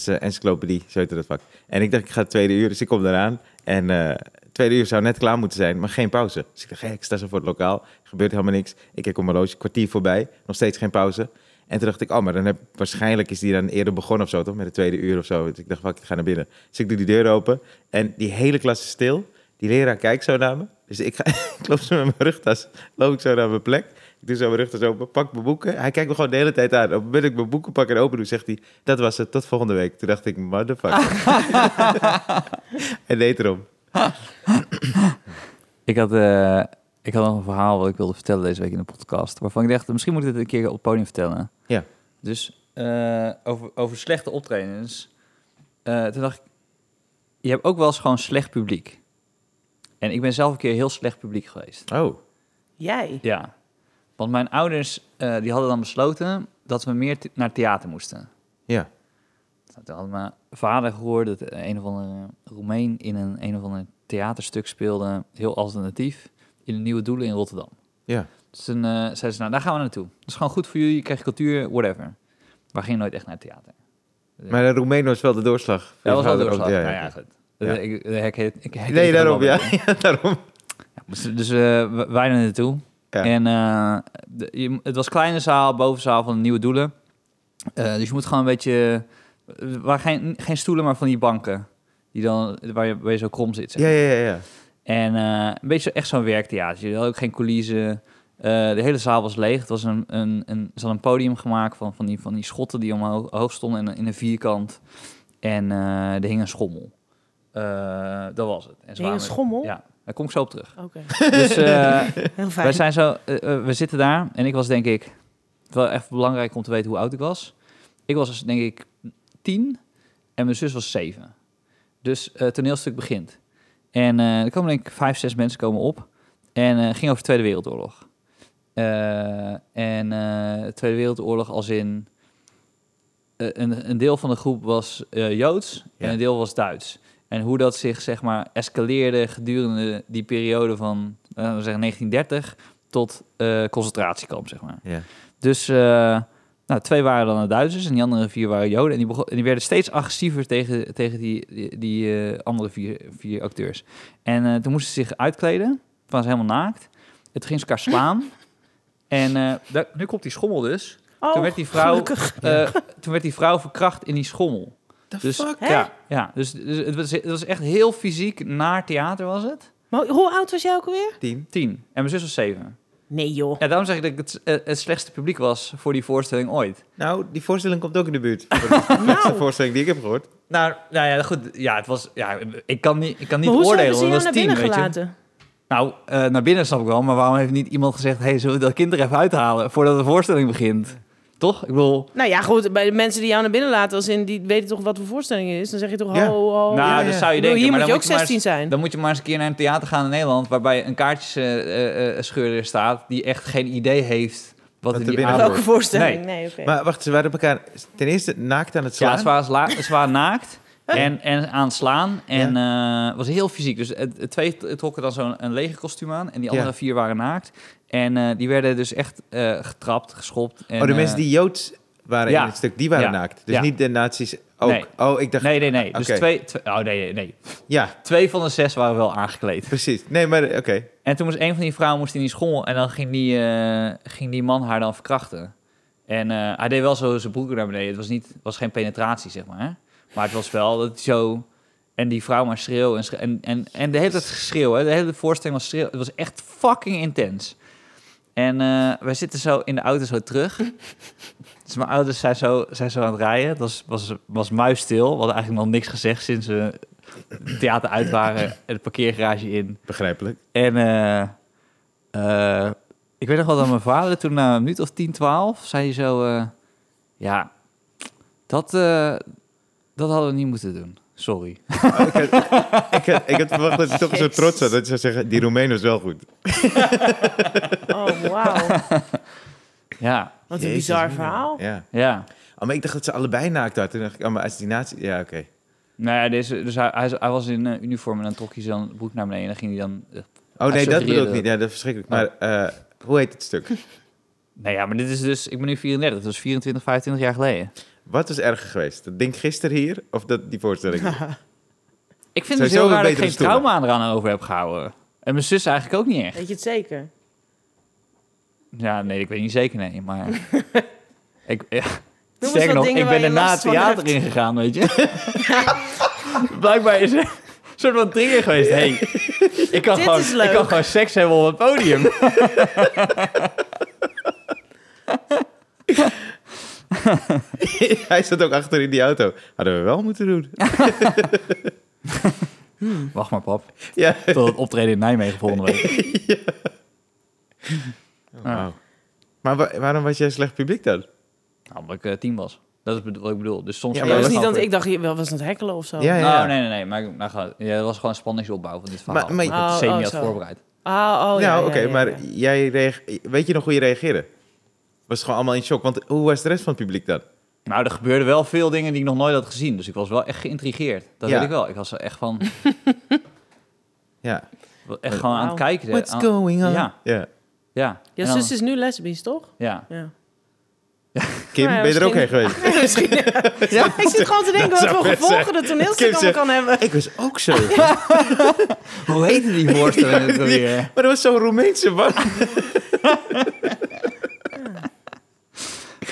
B: was eh, encyclopedie, zo heette dat vak. En ik dacht, ik ga tweede uur, dus ik kom eraan. En eh, tweede uur zou net klaar moeten zijn, maar geen pauze. Dus ik dacht, hé, ik sta zo voor het lokaal, er gebeurt helemaal niks. Ik kijk op mijn loodje, kwartier voorbij, nog steeds geen pauze. En toen dacht ik, oh, maar dan heb, waarschijnlijk is die dan eerder begonnen of zo, toch? Met de tweede uur of zo. Dus ik dacht, fuck, ik ga naar binnen. Dus ik doe die deur open en die hele klas is stil. Die leraar kijkt zo naar me. Dus ik, ga, ik loop zo met mijn rugtas, loop ik zo naar mijn plek. Ik doe zo mijn rugtas open, pak mijn boeken. Hij kijkt me gewoon de hele tijd aan. Op het moment dat ik mijn boeken pak en open doe, zegt hij... Dat was het, tot volgende week. Toen dacht ik, motherfucker. en deed erom.
A: ik had, eh, ik had nog een verhaal wat ik wilde vertellen deze week in de podcast. Waarvan ik dacht, misschien moet ik dit een keer op het podium vertellen.
B: Ja.
A: Dus eh, over, over slechte optredens. Eh, toen dacht ik, je hebt ook wel eens gewoon slecht publiek. En ik ben zelf een keer heel slecht publiek geweest.
B: Oh,
C: Jij?
A: Ja. Want mijn ouders eh, die hadden dan besloten dat we meer th- naar theater moesten.
B: ja.
A: Nou, Toen had mijn vader gehoord dat een of andere Roemeen in een, een of ander theaterstuk speelde, heel alternatief, in de Nieuwe Doelen in Rotterdam.
B: Ja.
A: Dus toen eh, zeiden ze, nou daar gaan we naartoe. Dat is gewoon goed voor jullie, je krijgt cultuur, whatever. Maar we gingen nooit echt naar theater.
B: Maar de Roemeen was wel de doorslag.
A: Dat was wel
B: Ja,
A: doorslag.
B: ja,
A: Nou
B: ja.
A: ja, goed. Dus Ik, ik, ik, ik, ik-
B: Nee,
A: ik-
B: daarom, ja. ja daarom.
A: Ja, Dus, dus eh, w- wij naar naartoe.
B: Ja.
A: En eh, de- je- het was kleine zaal, bovenzaal van de nieuwe doelen. Eh, dus je moet gewoon een beetje... eh, Waar geen, geen stoelen, maar van die banken. Die dan, waar, je, waar je zo krom zit. zeg
B: Ja, ja, ja. ja.
A: en eh, een beetje zo- echt zo'n werktheater. Je had ook geen coulissen. Eh, de hele zaal was leeg. Het was een, een, een, ze hadden een podium gemaakt van, van, die, van die schotten die omhoog hoog stonden in, een- in een vierkant. En eh, er hing een schommel. Eh, dat was het. En
C: Er hing een
A: waren-
C: schommel?
A: Ja, daar kom ik zo op terug.
C: Oké,
A: Dus eh,
C: heel
A: wij
C: fijn.
A: zijn zo, eh, eh, we zitten daar en ik was denk ik, het is wel echt belangrijk om te weten hoe oud ik was. Ik was dus, denk ik tien en mijn zus was zeven. Dus eh, het toneelstuk begint. En eh, er komen denk ik vijf, zes mensen komen op en eh, ging over de Tweede Wereldoorlog. Eh, en eh, de Tweede Wereldoorlog als in, eh, een, een deel van de groep was eh, Joods
B: Ja.
A: en een deel was Duits. En hoe dat zich, zeg maar, escaleerde gedurende die periode van, laten we zeggen, 1930 tot eh, concentratiekamp, zeg maar.
B: Ja.
A: Dus eh, nou, twee waren dan de Duitsers en die andere vier waren Joden. En die, begon, en die werden steeds agressiever tegen, tegen die, die, die, eh, andere vier, vier acteurs. En eh, toen moesten ze zich uitkleden. Toen waren ze helemaal naakt. Het ging ze elkaar slaan. en eh, daar, nu komt die schommel dus.
C: Oh,
A: toen werd die vrouw-
C: gelukkig.
A: Eh, toen werd die vrouw verkracht in die schommel. dus,
C: Hè?
A: Ja, ja dus, dus het, was, het was echt heel fysiek naar theater was het.
C: Maar hoe oud was jij ook alweer?
B: Tien.
A: Tien. En mijn zus was zeven.
C: Nee joh.
A: Ja, daarom zeg ik dat ik het, eh, het slechtste publiek was voor die voorstelling ooit.
B: Nou, die voorstelling komt ook in de buurt. Dat is de voorstelling die ik heb gehoord.
A: Nou, nou ja, goed. Ja, het was, ja, ik kan niet, ik kan niet
C: maar hoezo
A: oordelen.
C: hebben ze
A: want
C: jou
A: dat
C: naar
A: was tien,
C: binnen
A: weet je.
C: gelaten?
A: Nou, eh, naar binnen snap ik wel. Maar waarom heeft niet iemand gezegd... hey, zullen we dat kind er even uithalen voordat de voorstelling begint? Toch? Ik bedoel...
C: Nou ja, goed, bij de mensen die jou naar binnen laten, als in, die weten toch wat voor voorstelling het is. Dan zeg je toch,
B: Ja.
C: ho, ho.
A: nou,
B: ja, ja.
A: dat zou je
C: Oh, Ik bedoel,
A: denken.
C: hier
A: maar
C: moet je
A: dan
C: ook
A: maar
C: 16
A: eens-
C: zijn.
A: Dan moet je maar eens een keer naar een theater gaan in Nederland... waarbij een eh, kaartjescheurder staat... die echt geen idee heeft wat
B: er
A: er die
B: binnen
A: aan...
B: wordt.
C: Welke voorstelling? Nee, oké.
B: Maar wacht, ze waren op elkaar ten eerste naakt aan het slaan.
A: Ja, ze waren, sla- ze waren naakt. en, en aanslaan. En eh, het was heel fysiek. Dus het, het twee t- trokken dan zo'n een lege kostuum aan. En die
B: Ja.
A: andere vier waren naakt. En eh, die werden dus echt eh, getrapt, geschopt. En,
B: oh, de
A: eh,
B: mensen die Joods waren
A: ja.
B: in het stuk, die waren
A: Ja.
B: naakt. Dus
A: Ja.
B: niet de nazi's ook.
A: Nee.
B: Oh, ik dacht...
A: Nee, nee, nee. Dus
B: Oké.
A: twee, twee, oh, nee, nee, nee.
B: Ja,
A: Twee van de zes waren wel aangekleed.
B: precies. Nee, maar eh, oké.
A: En toen moest een van die vrouwen moest in die school. En dan ging die, eh, ging die man haar dan verkrachten. En eh, hij deed wel zo zijn broeken naar beneden. Het was, niet, was geen penetratie, zeg maar. hè. Maar het was wel dat hij zo... En die vrouw maar schreeuw en, schreeuw- en, en, en de hele tijd geschreeuw. Hè? De hele voorstelling was schreeuw. Het was echt fucking intens. En eh, wij zitten zo in de auto zo terug. dus mijn ouders zijn zo, zijn zo aan het rijden. Het was, was, was muisstil. We hadden eigenlijk nog niks gezegd sinds we het theater uit waren. En de parkeergarage in.
B: Begrijpelijk.
A: En eh, eh, ik weet nog wel dat mijn vader toen na een minuut of 10, 12 zei hij zo: eh, Ja, dat, eh, dat hadden we niet moeten doen. Sorry.
B: Oh, ik, had, ik, had, ik had verwacht dat je toch zo trots was. Dat je zou zeggen, die Roemeen was wel goed.
C: Oh, wauw.
A: Ja,
C: Wat een
B: Jezus,
C: bizar
B: mina.
C: verhaal.
B: Ja.
A: ja.
B: Oh, maar ik dacht dat ze allebei naakt waren. Toen dacht ik, oh, maar als die nazi... Ja, oké. Oh,
A: Nou ja, dus, dus hij, hij, hij was in eh, uniform en dan trok hij zijn broek naar beneden en dan ging hij dan... eh,
B: Oh, nee, dat
A: suggereerde
B: bedoel ik
A: dat.
B: niet. Ja, dat is verschrikkelijk. Maar
A: Oh.
B: eh, hoe heet het stuk?
A: nou ja, maar dit is dus... Ik ben nu 34, dat is 24, 25 jaar geleden.
B: Wat was erger geweest? Dat ding gisteren hier of dat, die voorstelling?
A: Ik vind het
B: Zijn
A: heel
B: zoveel
A: raar dat ik
B: betere
A: geen
B: stoelen.
A: trauma eraan over heb gehouden. En mijn zus eigenlijk ook niet echt.
C: Weet je het zeker?
A: Ja, nee, ik weet niet zeker, nee, maar... ik, ja,
C: wat
A: sterker nog,
C: dingen
A: ik
C: waar
A: ben
C: je
A: daarna het
C: last van
A: theater
C: hebt.
A: ingegaan, weet je. Blijkbaar is er een soort van trigger geweest. Hey, ik, kan
C: Dit
A: gewoon,
C: is leuk.
A: ik kan gewoon seks hebben op het podium.
B: Hij zat ook achter in die auto. Hadden we wel moeten doen.
A: Wacht maar, pap.
B: Ja.
A: Tot het optreden in Nijmegen volgende week.
B: Oh, wauw. Maar wa- waarom was jij slecht publiek dan?
A: Nou, omdat ik eh, tien was. Dat is bedo- wat ik bedoel. Dus soms...
B: Ja,
C: Ja,
B: maar
A: kan
C: dat
A: je
C: is niet
A: gewoon
C: dat ik dacht, je wel was aan het hekkelen of zo.
B: Ja, ja, ja.
A: Nou, nee, nee, nee. Maar ik- nou, ga- ja, dat was gewoon een spanningsopbouw van dit verhaal.
B: Maar- maar-
A: ik het
C: Oh,
A: semi
C: oh,
A: had
C: zo.
A: voorbereid.
C: Ah, oh, ja,
B: nou,
C: ja,
B: oké,
C: ja, ja.
B: maar jij reage- weet je nog hoe je reageerde? Was het gewoon allemaal in shock? Want hoe was de rest van het publiek dan?
A: Nou, er gebeurden wel veel dingen die ik nog nooit had gezien. Dus ik was wel echt geïntrigeerd. Dat
B: Ja.
A: weet ik wel. Ik was er echt van...
B: Ja.
A: Echt gewoon aan het
C: Wauw.
A: kijken.
B: What's
A: aan-
B: going on?
A: ah, Ja,
B: Ja.
A: ja.
C: Ja,
A: En dan-
C: zus is nu lesbisch, toch?
A: Ja.
C: Ja.
B: Kim,
C: Nou ja,
B: ben je er ook heen
C: misschien-
B: geweest?
C: Misschien. Ik zit gewoon te denken
B: Dat
C: wat
B: zou
C: voor
B: best
C: gevolgen
B: zijn.
C: dat toneelstuk
B: Kim
C: allemaal
B: zegt-
C: kan hebben.
B: Ik was ook zo.
A: Hoe heette die voorstelling ook alweer?
B: maar dat was zo'n Roemeense man.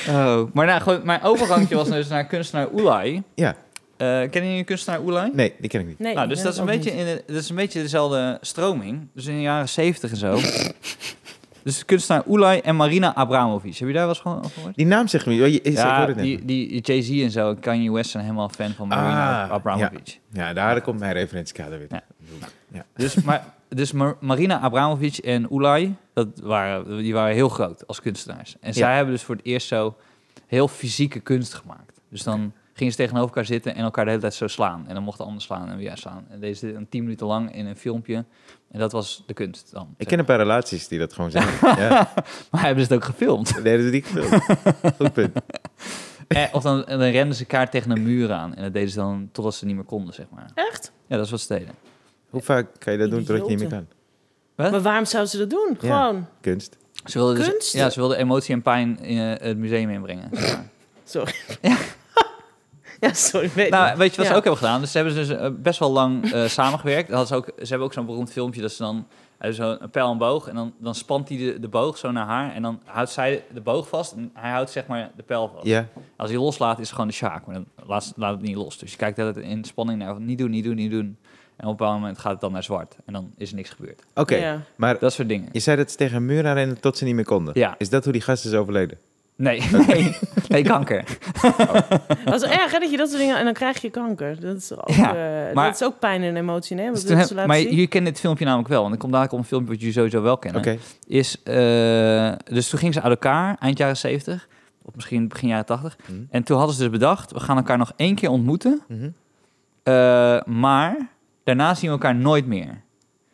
A: Oh. Maar nou, gewoon, mijn overgangje was dus naar kunstenaar Oelai.
B: Ja,
A: Eh kennen jullie kunstenaar Oelai?
B: nee, die ken ik niet.
C: Nee,
A: nou, dus dat is, een beetje in de- dat is een beetje dezelfde stroming. Dus in de jaren zeventig en zo. dus kunstenaar Oelai en Marina Abramovic. Heb je daar wel eens van van gehoord?
B: Die naam zegt me. Oh, je- is, ik hoor
A: Ja,
B: het net.
A: die, die Jay-Z en zo, Kanye West zijn helemaal fan van Marina
B: Ah,
A: Abramovic.
B: Ja, daar komt mijn referentiekader weer.
A: Ja.
B: Ja.
A: Dus, maar, dus Mar- Marina Abramovic en Ulay, dat waren, die waren heel groot als kunstenaars. En zij
B: Ja.
A: hebben dus voor het eerst zo heel fysieke kunst gemaakt. Dus dan gingen ze tegenover elkaar zitten en elkaar de hele tijd zo slaan. En dan mocht de ander slaan en weer slaan. En deze een tien minuten lang in een filmpje. En dat was de kunst dan.
B: Ik ken een paar relaties die dat gewoon zeggen. ja.
A: Maar hebben ze het ook gefilmd?
B: Nee, dat is niet veel. Goed punt.
A: Eh, of dan, en dan renden ze elkaar tegen een muur aan. En dat deden ze dan totdat ze niet meer konden, zeg maar.
C: Echt?
A: Ja, dat is wat steden.
B: Hoe vaak kan je dat doen totdat je niet meer kan?
C: Maar waarom zou ze dat doen?
B: Ja.
C: Gewoon.
B: Kunst.
A: Ze wilden, dus-
C: Kunst?
A: ja, ze wilden emotie en pijn in eh, het museum inbrengen. zeg maar.
C: Sorry. Ja, sorry. Weet
A: Nou, weet je wat ze
C: Ja.
A: ook hebben gedaan? Dus ze hebben dus eh, best wel lang eh, samengewerkt. Dan hadden ze, ook, ze hebben ook zo'n beroemd filmpje dat ze dan eh, zo'n een pijl en boog en dan, dan spant hij de, de boog zo naar haar en dan houdt zij de boog vast en hij houdt zeg maar de pijl vast.
B: Ja.
A: Als hij loslaat is het gewoon de sjaak, maar dan laat, ze- laat het niet los. Dus je kijkt altijd in spanning naar niet doen, niet doen, niet doen. En op een bepaald moment gaat het dan naar zwart en dan is er niks gebeurd.
B: Oké,
C: Ja.
B: maar
A: Dat soort dingen.
B: je zei dat ze tegen een muur aanrenden tot ze niet meer konden.
A: Ja.
B: Is dat hoe die gast is overleden?
A: Nee, nee, nee, kanker.
C: Dat is erg hè, dat je dat soort dingen... En dan krijg je kanker. Dat is ook,
A: Ja,
C: eh,
A: maar-
C: dat is ook pijn en emotie, nee?
A: Dus
C: Wat
A: toen
C: wil ze
A: heb-
C: laten
A: maar
C: zien?
A: jullie kennen dit filmpje namelijk wel, want ik kom dadelijk op een filmpje wat jullie sowieso wel kennen.
B: Oké.
A: is... eh, dus toen gingen ze uit elkaar, eind jaren 70. Of misschien begin jaren 80.
B: Mhm.
A: En toen hadden ze dus bedacht... we gaan elkaar nog één keer ontmoeten.
B: Mhm.
A: eh, maar daarna zien we elkaar nooit meer.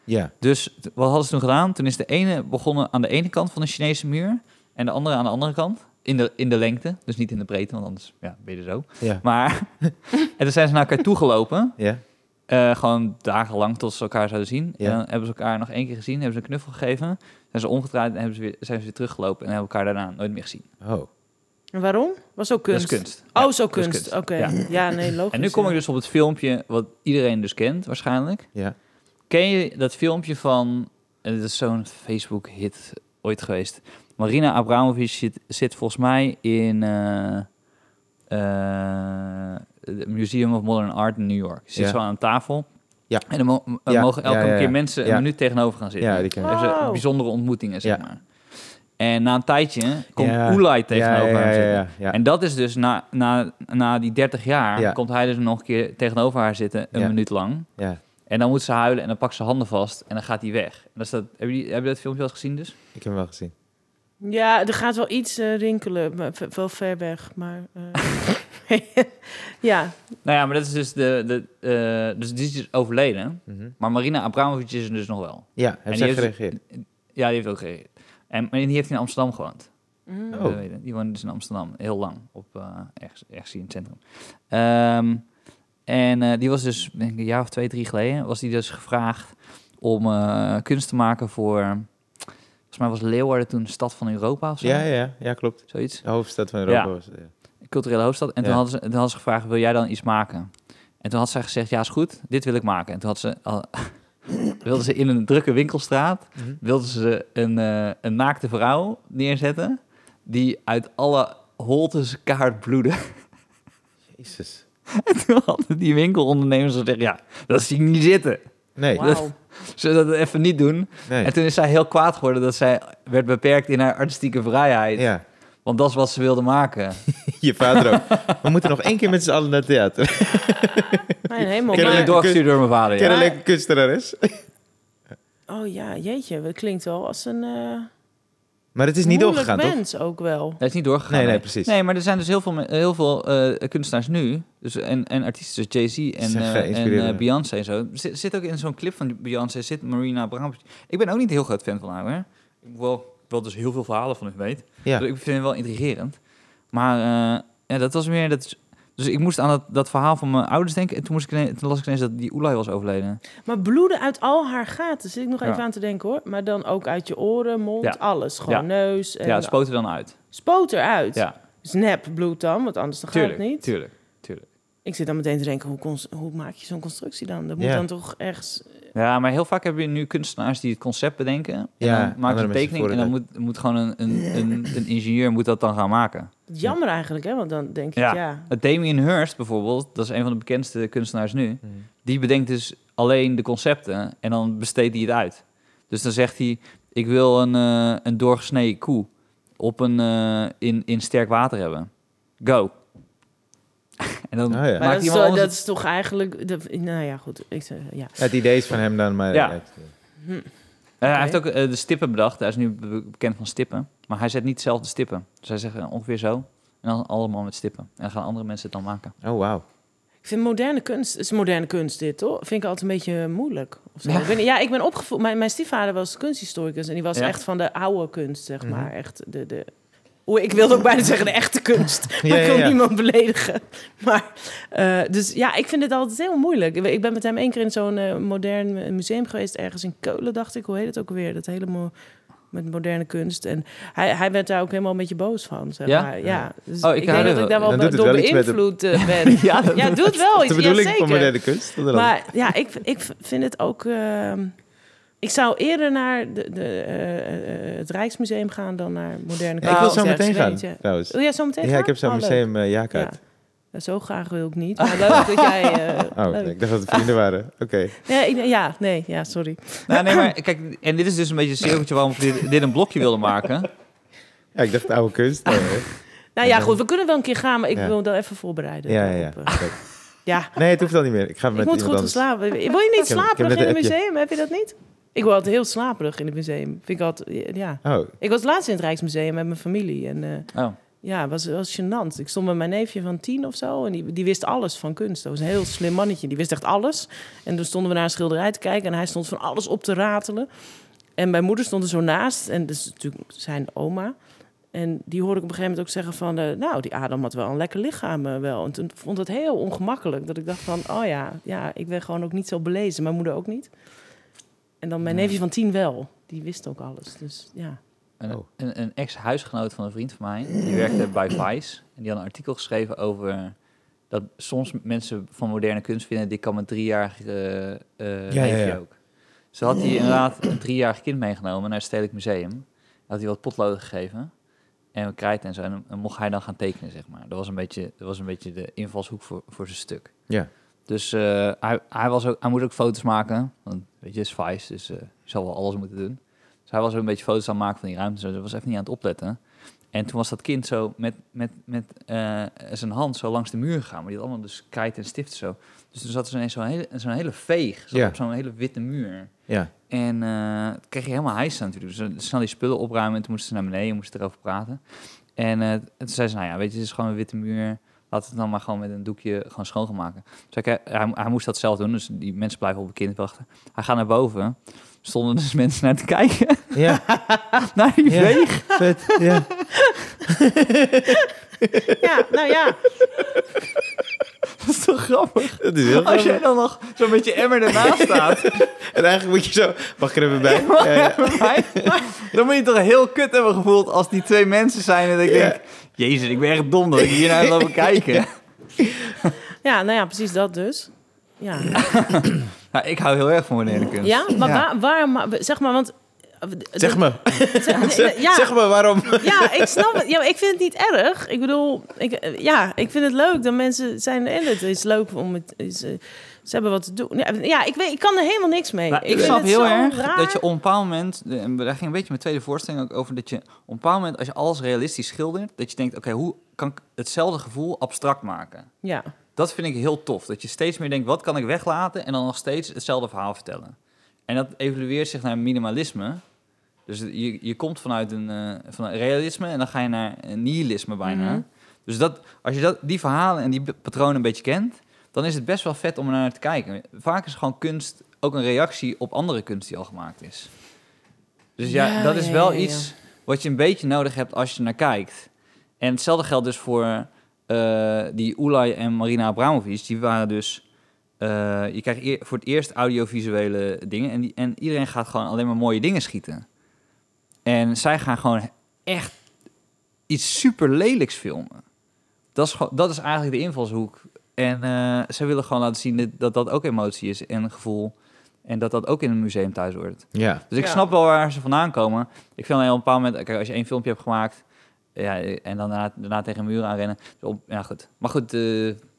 B: Ja.
A: Dus t- wat hadden ze toen gedaan? Toen is de ene begonnen aan de ene kant van de Chinese muur... en de andere aan de andere kant. In de, in de lengte, dus niet in de breedte, want anders ja, ben je er zo.
B: Ja.
A: Maar, en toen zijn ze naar elkaar toegelopen.
B: Ja.
A: eh gewoon dagenlang tot ze elkaar zouden zien.
B: Ja.
A: En dan hebben ze elkaar nog één keer gezien, hebben ze een knuffel gegeven. Zijn ze omgedraaid en hebben ze weer, zijn ze weer teruggelopen. En hebben elkaar daarna nooit meer gezien.
B: Oh.
C: En waarom? Was ook
A: Dat
C: kunst.
A: is kunst. Ja.
C: Oh, zo
A: dat is
C: kunst.
A: kunst.
C: Oké.
A: Ja.
C: Ja. nee, logisch.
A: En nu kom ik dus op het filmpje wat iedereen dus kent waarschijnlijk.
B: Ja.
A: Ken je dat filmpje van... eh, Dat is zo'n Facebook-hit ooit geweest. Marina Abramovic zit, zit volgens mij in... eh, eh, het Museum of Modern Art in New York. Ze zit
B: Ja.
A: zo aan een tafel.
B: Ja.
A: En dan mo- eh,
B: Ja,
A: mogen elke
B: ja, ja, ja.
A: keer mensen
B: Ja.
A: een minuut tegenover gaan zitten.
B: Ja, die ken ik.
A: Dus, eh,
C: Oh.
A: bijzondere ontmoetingen, zeg
B: Ja.
A: maar. En na een tijdje komt
B: Ja.
A: Oelai
B: Ja,
A: tegenover
B: ja,
A: hem
B: ja,
A: zitten.
B: ja, ja.
A: En dat is dus na, na, na die 30 jaar,
B: Ja.
A: komt hij dus nog een keer tegenover haar zitten, een
B: Ja.
A: minuut lang.
B: ja.
A: En dan moet ze huilen en dan pakt ze handen vast en dan gaat hij weg. En dat is dat, heb, je, heb je dat filmpje al eens gezien dus?
B: Ik heb hem wel gezien.
C: Ja, er gaat wel iets eh, rinkelen. maar v- Wel ver weg, maar... eh, ja.
A: Nou ja, maar dat is dus de... de eh, dus die is dus overleden,
B: Mhm.
A: maar Marina Abramovic is er dus nog wel.
B: Ja,
A: En
B: heb
A: die
B: zij
A: heeft-
B: gereageerd?
A: Ja, die heeft ook gereageerd. En, en die heeft in Amsterdam gewoond.
C: Mm.
B: Oh.
A: Dat weet ik. Die woonde dus in Amsterdam, heel lang, op, eh, ergens, ergens hier in het centrum. Ehm, en eh, die was dus, denk ik, een jaar of twee, drie geleden, was die dus gevraagd om eh, kunst te maken voor, volgens mij was Leeuwarden toen stad van Europa of zo,
B: Ja, ja, ja, ja, klopt.
A: zoiets,
B: De hoofdstad van Europa
A: Ja.
B: was het, ja.
A: culturele hoofdstad. En toen,
B: Ja.
A: hadden ze, toen hadden ze gevraagd, wil jij dan iets maken? En toen had zij gezegd, ja is goed, dit wil ik maken. En toen had ze, al- wilde ze in een drukke winkelstraat,
B: Mhm.
A: wilden ze een, eh, een naakte vrouw neerzetten die uit alle holtes kaart bloedde.
B: Jezus.
A: En toen hadden die winkelondernemers gezegd, ja, dat zie ik niet zitten.
B: Nee,
C: Wauw.
A: Zullen we dat even niet doen?
B: nee.
A: En toen is zij heel kwaad geworden dat zij werd beperkt in haar artistieke vrijheid.
B: Ja,
A: Want dat is wat ze wilde maken.
B: je vader ook. We moeten nog één keer met z'n allen naar het theater.
C: Mijn hemel.
A: Ik ben
B: Kennelijk
A: ik
C: maar-
A: doorgestuurd door mijn vader, ja.
B: Ken een leuke kunstenares.
C: Oh ja, jeetje. Dat klinkt wel als een... eh
B: Maar het is niet
C: moeilijk
B: doorgegaan, toch?
C: mens ook wel.
A: Dat is niet doorgegaan.
B: Nee, nee, precies.
A: Nee, maar er zijn dus heel veel, me- heel veel eh, kunstenaars nu. Dus en, en artiesten, dus Jay-Z en,
B: Zeg,
A: eh, en
B: geïnspireerd,
A: eh,
B: hè?
A: Beyoncé en zo. Zit, zit ook in zo'n clip van Beyoncé, zit Marina Abramovic. Ik ben ook niet een heel groot fan van haar, hè. Ik wel, wel dus heel veel verhalen van hun weet.
B: Ja.
A: Dus ik vind hem wel intrigerend. Maar eh, ja, dat was meer... Dat, dus ik moest aan dat, dat verhaal van mijn ouders denken. En toen, moest ik ineens, toen las ik ineens dat die Oelai was overleden.
C: Maar bloeden uit al haar gaten, zit ik nog
A: Ja.
C: even aan te denken hoor. Maar dan ook uit je oren, mond,
A: Ja.
C: alles. Gewoon
A: Ja.
C: neus. En
A: ja, het spoot er dan uit.
C: spoot eruit.
A: Ja,
C: Snap bloed dan, want anders dan gaat
A: tuurlijk.
C: het niet.
A: Tuurlijk, tuurlijk.
C: Ik zit dan meteen te denken, hoe, cons- hoe maak je zo'n constructie dan? Dat moet
B: Ja.
C: dan toch ergens...
A: Ja, maar heel vaak heb je nu kunstenaars die het concept bedenken. En
B: Ja,
A: dan maken ze
B: andere
A: een
B: mensen
A: tekening en dan moet, moet gewoon een, een, een, een ingenieur moet dat dan gaan maken.
C: Jammer eigenlijk, hè? Want dan denk ik,
A: Ja.
C: ja...
A: Damien Hirst bijvoorbeeld, dat is een van de bekendste kunstenaars nu.
B: Mm.
A: Die bedenkt dus alleen de concepten en dan besteedt hij het uit. Dus dan zegt hij, ik wil een, eh, een doorgesneden koe op een, eh, in, in sterk water hebben. Go. en dan
B: Oh ja. Maar
C: Maar
A: maakt
C: dat is,
A: iemand
C: toch,
A: anders...
C: dat is toch eigenlijk... Dat, nou ja, goed. Ik, zeg, ja.
B: Het idee is van hem dan, maar...
A: Ja.
B: Ja.
A: Eh,
C: Oké.
A: Hij heeft ook eh, de stippen bedacht. Hij is nu be- bekend van stippen. Maar hij zet niet zelf de stippen. Dus hij zegt eh, ongeveer zo. En dan allemaal met stippen. En dan gaan andere mensen het dan maken.
B: Oh, wauw.
C: Ik vind moderne kunst, is moderne kunst dit, toch? Vind ik altijd een beetje moeilijk. Of zo.
A: Ja.
C: Ja. Ik ben, ja, ik ben opgevoed. Mijn, mijn stiefvader was kunsthistoricus en die was
A: Ja.
C: echt van de oude kunst, zeg maar. Echt de. de Oeh, ik wilde ook bijna zeggen de echte kunst. Maar
B: ja,
C: ik wil
B: ja.
C: niemand beledigen. Maar, eh, dus ja, ik vind het altijd heel moeilijk. Ik ben- Ik ben met hem één keer in zo'n eh, modern mu- museum geweest. Ergens in Keulen, dacht ik. Hoe heet het ook weer? Dat hele mo- met moderne kunst. En hij, hij werd daar ook helemaal een beetje boos van, zeg
A: Ja?
C: maar. Ja, dus
A: Oh, ik
C: ik,
A: hou
C: denk
A: er
C: dat ik daar
A: wel-
C: wel
B: dan doet het
C: be- door
B: wel iets met hem.
C: beïnvloed eh, ben.
A: Ja, dat-
C: Ja, doe het wel.
B: Dat is de
C: Iets,
B: bedoeling
C: ja,
B: van
C: zeker.
B: moderne kunst. dat dan?
C: Maar ja, ik, ik vind het ook... ehm, ik zou eerder naar de, de, eh, eh, het Rijksmuseum gaan dan naar moderne
B: Ja, ik wil zo
C: kunst.
B: meteen gaan,
C: Weet je.
B: trouwens.
C: Wil jij zo meteen
B: Ja,
C: gaan?
B: ik heb zo'n
C: Oh, leuk.
B: museum eh, ja-kaart.
C: Ja. Nou, Zo graag wil ik niet. Maar leuk dat jij... eh,
B: Oh,
C: leuk.
B: nee, ik dacht dat het vrienden waren. Oké.
C: Nee, ik- ja, nee, ja, sorry.
A: Nou, nee, maar kijk, en dit is dus een beetje het cirkeltje waarom ik dit, dit een blokje wilde maken.
B: Ja, ik dacht oude kunst. eh.
C: Nou
B: En
C: ja,
B: dan-
C: goed, we kunnen wel een keer gaan, maar ik
B: Ja.
C: wil dan even voorbereiden.
B: Ja, ja, ja.
C: daarop, eh.
B: Leuk.
C: Ja,
B: Nee, het hoeft dan niet meer. Ik ga
C: ik
B: met
C: moet
B: iemand
C: goed
B: anders.
C: geslapen. Wil je niet
B: Ik heb- ik heb
C: slaperig
B: net
C: in
B: een
C: het
B: appje.
C: museum? Heb je dat niet? Ik word altijd heel slaperig in het museum. Vind ik altijd, ja.
B: Oh,
C: Ik was laatst in het Rijksmuseum met mijn familie. En eh,
A: Oh.
C: ja, was, was gênant. Ik stond met mijn neefje van tien of zo. En die, die wist alles van kunst. Dat was een heel slim mannetje. Die wist echt alles. En toen stonden we naar een schilderij te kijken. En hij stond van alles op te ratelen. En mijn moeder stond er zo naast. En dus natuurlijk zijn oma. En die hoorde ik op een gegeven moment ook zeggen van... eh, nou, die Adam had wel een lekker lichaam eh, wel. En toen vond het heel ongemakkelijk. Dat ik dacht van, oh ja, ja, ik ben gewoon ook niet zo belezen. Mijn moeder ook niet. En dan mijn
A: Ja.
C: neefje van tien wel. Die wist ook alles. Dus ja.
A: Een,
B: Oh.
A: een, een ex-huisgenoot van een vriend van mij, die werkte bij Vice. En die had een artikel geschreven over dat soms mensen van moderne kunst vinden... dit kan mijn driejarige eh
B: Ja, ja,
A: neefje
B: ja.
A: ook. Zo had hij inderdaad een driejarig kind meegenomen naar het Stedelijk Museum. Had hij wat potloden gegeven en krijt en zo. En, en mocht hij dan gaan tekenen, zeg maar. Dat was een beetje, dat was een beetje de invalshoek voor, voor zijn stuk.
B: Ja.
A: Dus eh, hij, hij, was ook, hij moest ook foto's maken. Want weet je, het is Vice, dus eh, je zal wel alles moeten doen. Dus hij was ook een beetje foto's aan het maken van die ruimte. Dus hij was even niet aan het opletten. En toen was dat kind zo met, met, met eh, zijn hand zo langs de muur gegaan. Maar die had allemaal dus krijt en stift zo. Dus toen zat er ineens zo'n hele, zo'n hele veeg zat
B: Ja.
A: op zo'n hele witte muur.
B: Ja.
A: En eh toen kreeg je helemaal hijs natuurlijk. Dus eh, snel die spullen opruimen. En toen moesten ze naar beneden, moesten erover praten. En eh, toen zei ze, nou ja, weet je, het is gewoon een witte muur. Laten we het dan maar gewoon met een doekje gewoon schoongemaken. Dus hij, hij, hij moest dat zelf doen, dus die mensen blijven op een kind wachten. Hij gaat naar boven. Stonden dus mensen naar te kijken,
B: Ja,
A: naar die
B: Ja.
A: veeg.
B: vet. Ja.
C: Ja, nou ja.
A: Dat is toch grappig?
B: Dat is heel
A: Als
B: grappig.
A: jij dan nog zo'n beetje emmer ernaast staat,
B: En eigenlijk moet je zo... Mag ik er even bij? Ja, ja.
A: bij mij, dan moet je toch heel kut hebben gevoeld als die twee mensen zijn. En ik
B: Ja.
A: denk, jezus, ik ben echt dom dat ik hiernaar heb lopen kijken.
C: Ja, nou ja, precies dat dus. Ja.
A: Nou, ik hou heel erg van moderne kunst.
C: Ja, maar
A: Ja.
C: Waar, waar, maar zeg maar, want... eh,
B: Zeg me.
C: ja,
B: Zeg me waarom.
C: ja, ik snap het. Ja, maar ik vind het niet erg. Ik bedoel, ik, eh, ja, ik vind het leuk dat mensen zijn... En het is leuk om het... Is, eh, ze hebben wat te doen. Ja, ja, ik, weet, ik kan er helemaal niks mee.
A: Nou, ik
C: vind
A: snap
C: het
A: heel
C: zo
A: erg
C: raar.
A: dat je op een bepaald moment, eh, en daar ging een beetje mijn tweede voorstelling ook over, dat je op een bepaald moment, als je alles realistisch schildert, dat je denkt, oké, hoe kan ik hetzelfde gevoel abstract maken?
C: Ja,
A: Dat vind ik heel tof, dat je steeds meer denkt, wat kan ik weglaten en dan nog steeds hetzelfde verhaal vertellen. En dat evolueert zich naar minimalisme. Dus je, je komt vanuit een, eh, van een realisme en dan ga je naar een nihilisme bijna.
C: Mhm.
A: Dus dat, als je dat, die verhalen en die b- patronen een beetje kent, dan is het best wel vet om er naar te kijken. Vaak is gewoon kunst ook een reactie op andere kunst die al gemaakt is. Dus ja,
C: Ja,
A: dat is
C: ja,
A: wel
C: ja, ja.
A: iets wat je een beetje nodig hebt als je naar kijkt. En hetzelfde geldt dus voor eh, die Oelai en Marina Abramovic. Die waren dus... eh, je krijgt eer- voor het eerst audiovisuele dingen. En, die, en iedereen gaat gewoon alleen maar mooie dingen schieten. En zij gaan gewoon echt iets super lelijks filmen. Dat is, gewoon- dat is eigenlijk de invalshoek. En eh, zij willen gewoon laten zien dat- dat dat ook emotie is en gevoel. En dat dat ook in een museum thuis hoort.
B: Ja.
A: Dus ik
C: Ja.
A: snap wel waar ze vandaan komen. Ik vind alleen op een bepaald moment... Kijk, als je één filmpje hebt gemaakt... Ja, en dan daarna, daarna tegen een muur aanrennen. dus op- Ja, goed. Maar goed, eh,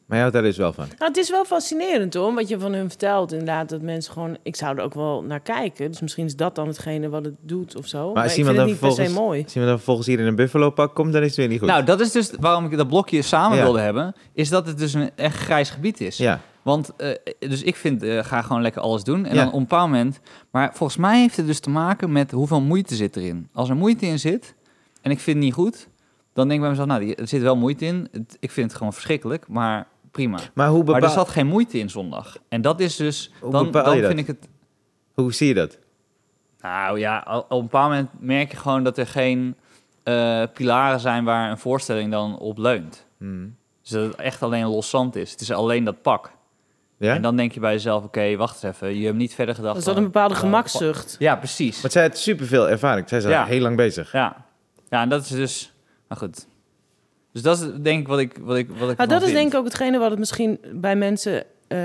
B: Maar jij houdt daar dus wel van.
C: Nou, het is wel fascinerend hoor, wat je van hun vertelt. Inderdaad, dat mensen gewoon... Ik zou er ook wel naar kijken. Dus misschien is dat dan hetgene wat het doet of zo. Maar,
B: als
C: ik vind
B: iemand
C: het
B: dan
C: niet per se
B: vervolgens-
C: mooi.
B: Als iemand dan vervolgens hier in een buffalo pak komt, dan is het weer niet goed.
A: nou, dat is dus waarom ik dat blokje samen
B: Ja.
A: wilde hebben. Is dat het dus een echt grijs gebied is.
B: ja.
A: Want, eh, dus ik vind, eh, ga gewoon lekker alles doen. En
B: Ja.
A: dan op een bepaald moment... Maar volgens mij heeft het dus te maken met hoeveel moeite zit erin. Als er moeite in zit en ik vind het niet goed... Dan denk ik bij mezelf, nou, die- er zit wel moeite in. Het- Ik vind het gewoon verschrikkelijk, maar prima.
B: Maar hoe bepaal,
A: Maar er zat geen moeite in zondag. En dat is dus...
B: Hoe
A: dan
B: bepaal
A: dan
B: je dat?
A: vind ik het...
B: hoe zie je dat?
A: Nou ja, al- op een bepaald moment merk je gewoon dat er geen eh, pilaren zijn waar een voorstelling dan op leunt.
B: Hmm.
A: Dus dat het echt alleen los zand is. Het is alleen dat pak.
B: Ja?
A: En dan denk je bij jezelf, oké, wacht eens even. Je hebt niet verder gedacht.
C: Er zat
A: aan-
C: Dus een bepaalde
A: aan-
C: gemakzucht.
A: Ja, precies.
B: Maar zij had superveel ervaring. Zij is al
A: Ja.
B: heel lang bezig.
A: Ja. ja, en dat is dus... Maar goed. Dus dat is denk ik wat ik... Wat ik, wat ik
C: Nou, dat is denk ik
A: ik...
C: ook hetgene wat het misschien bij mensen, eh,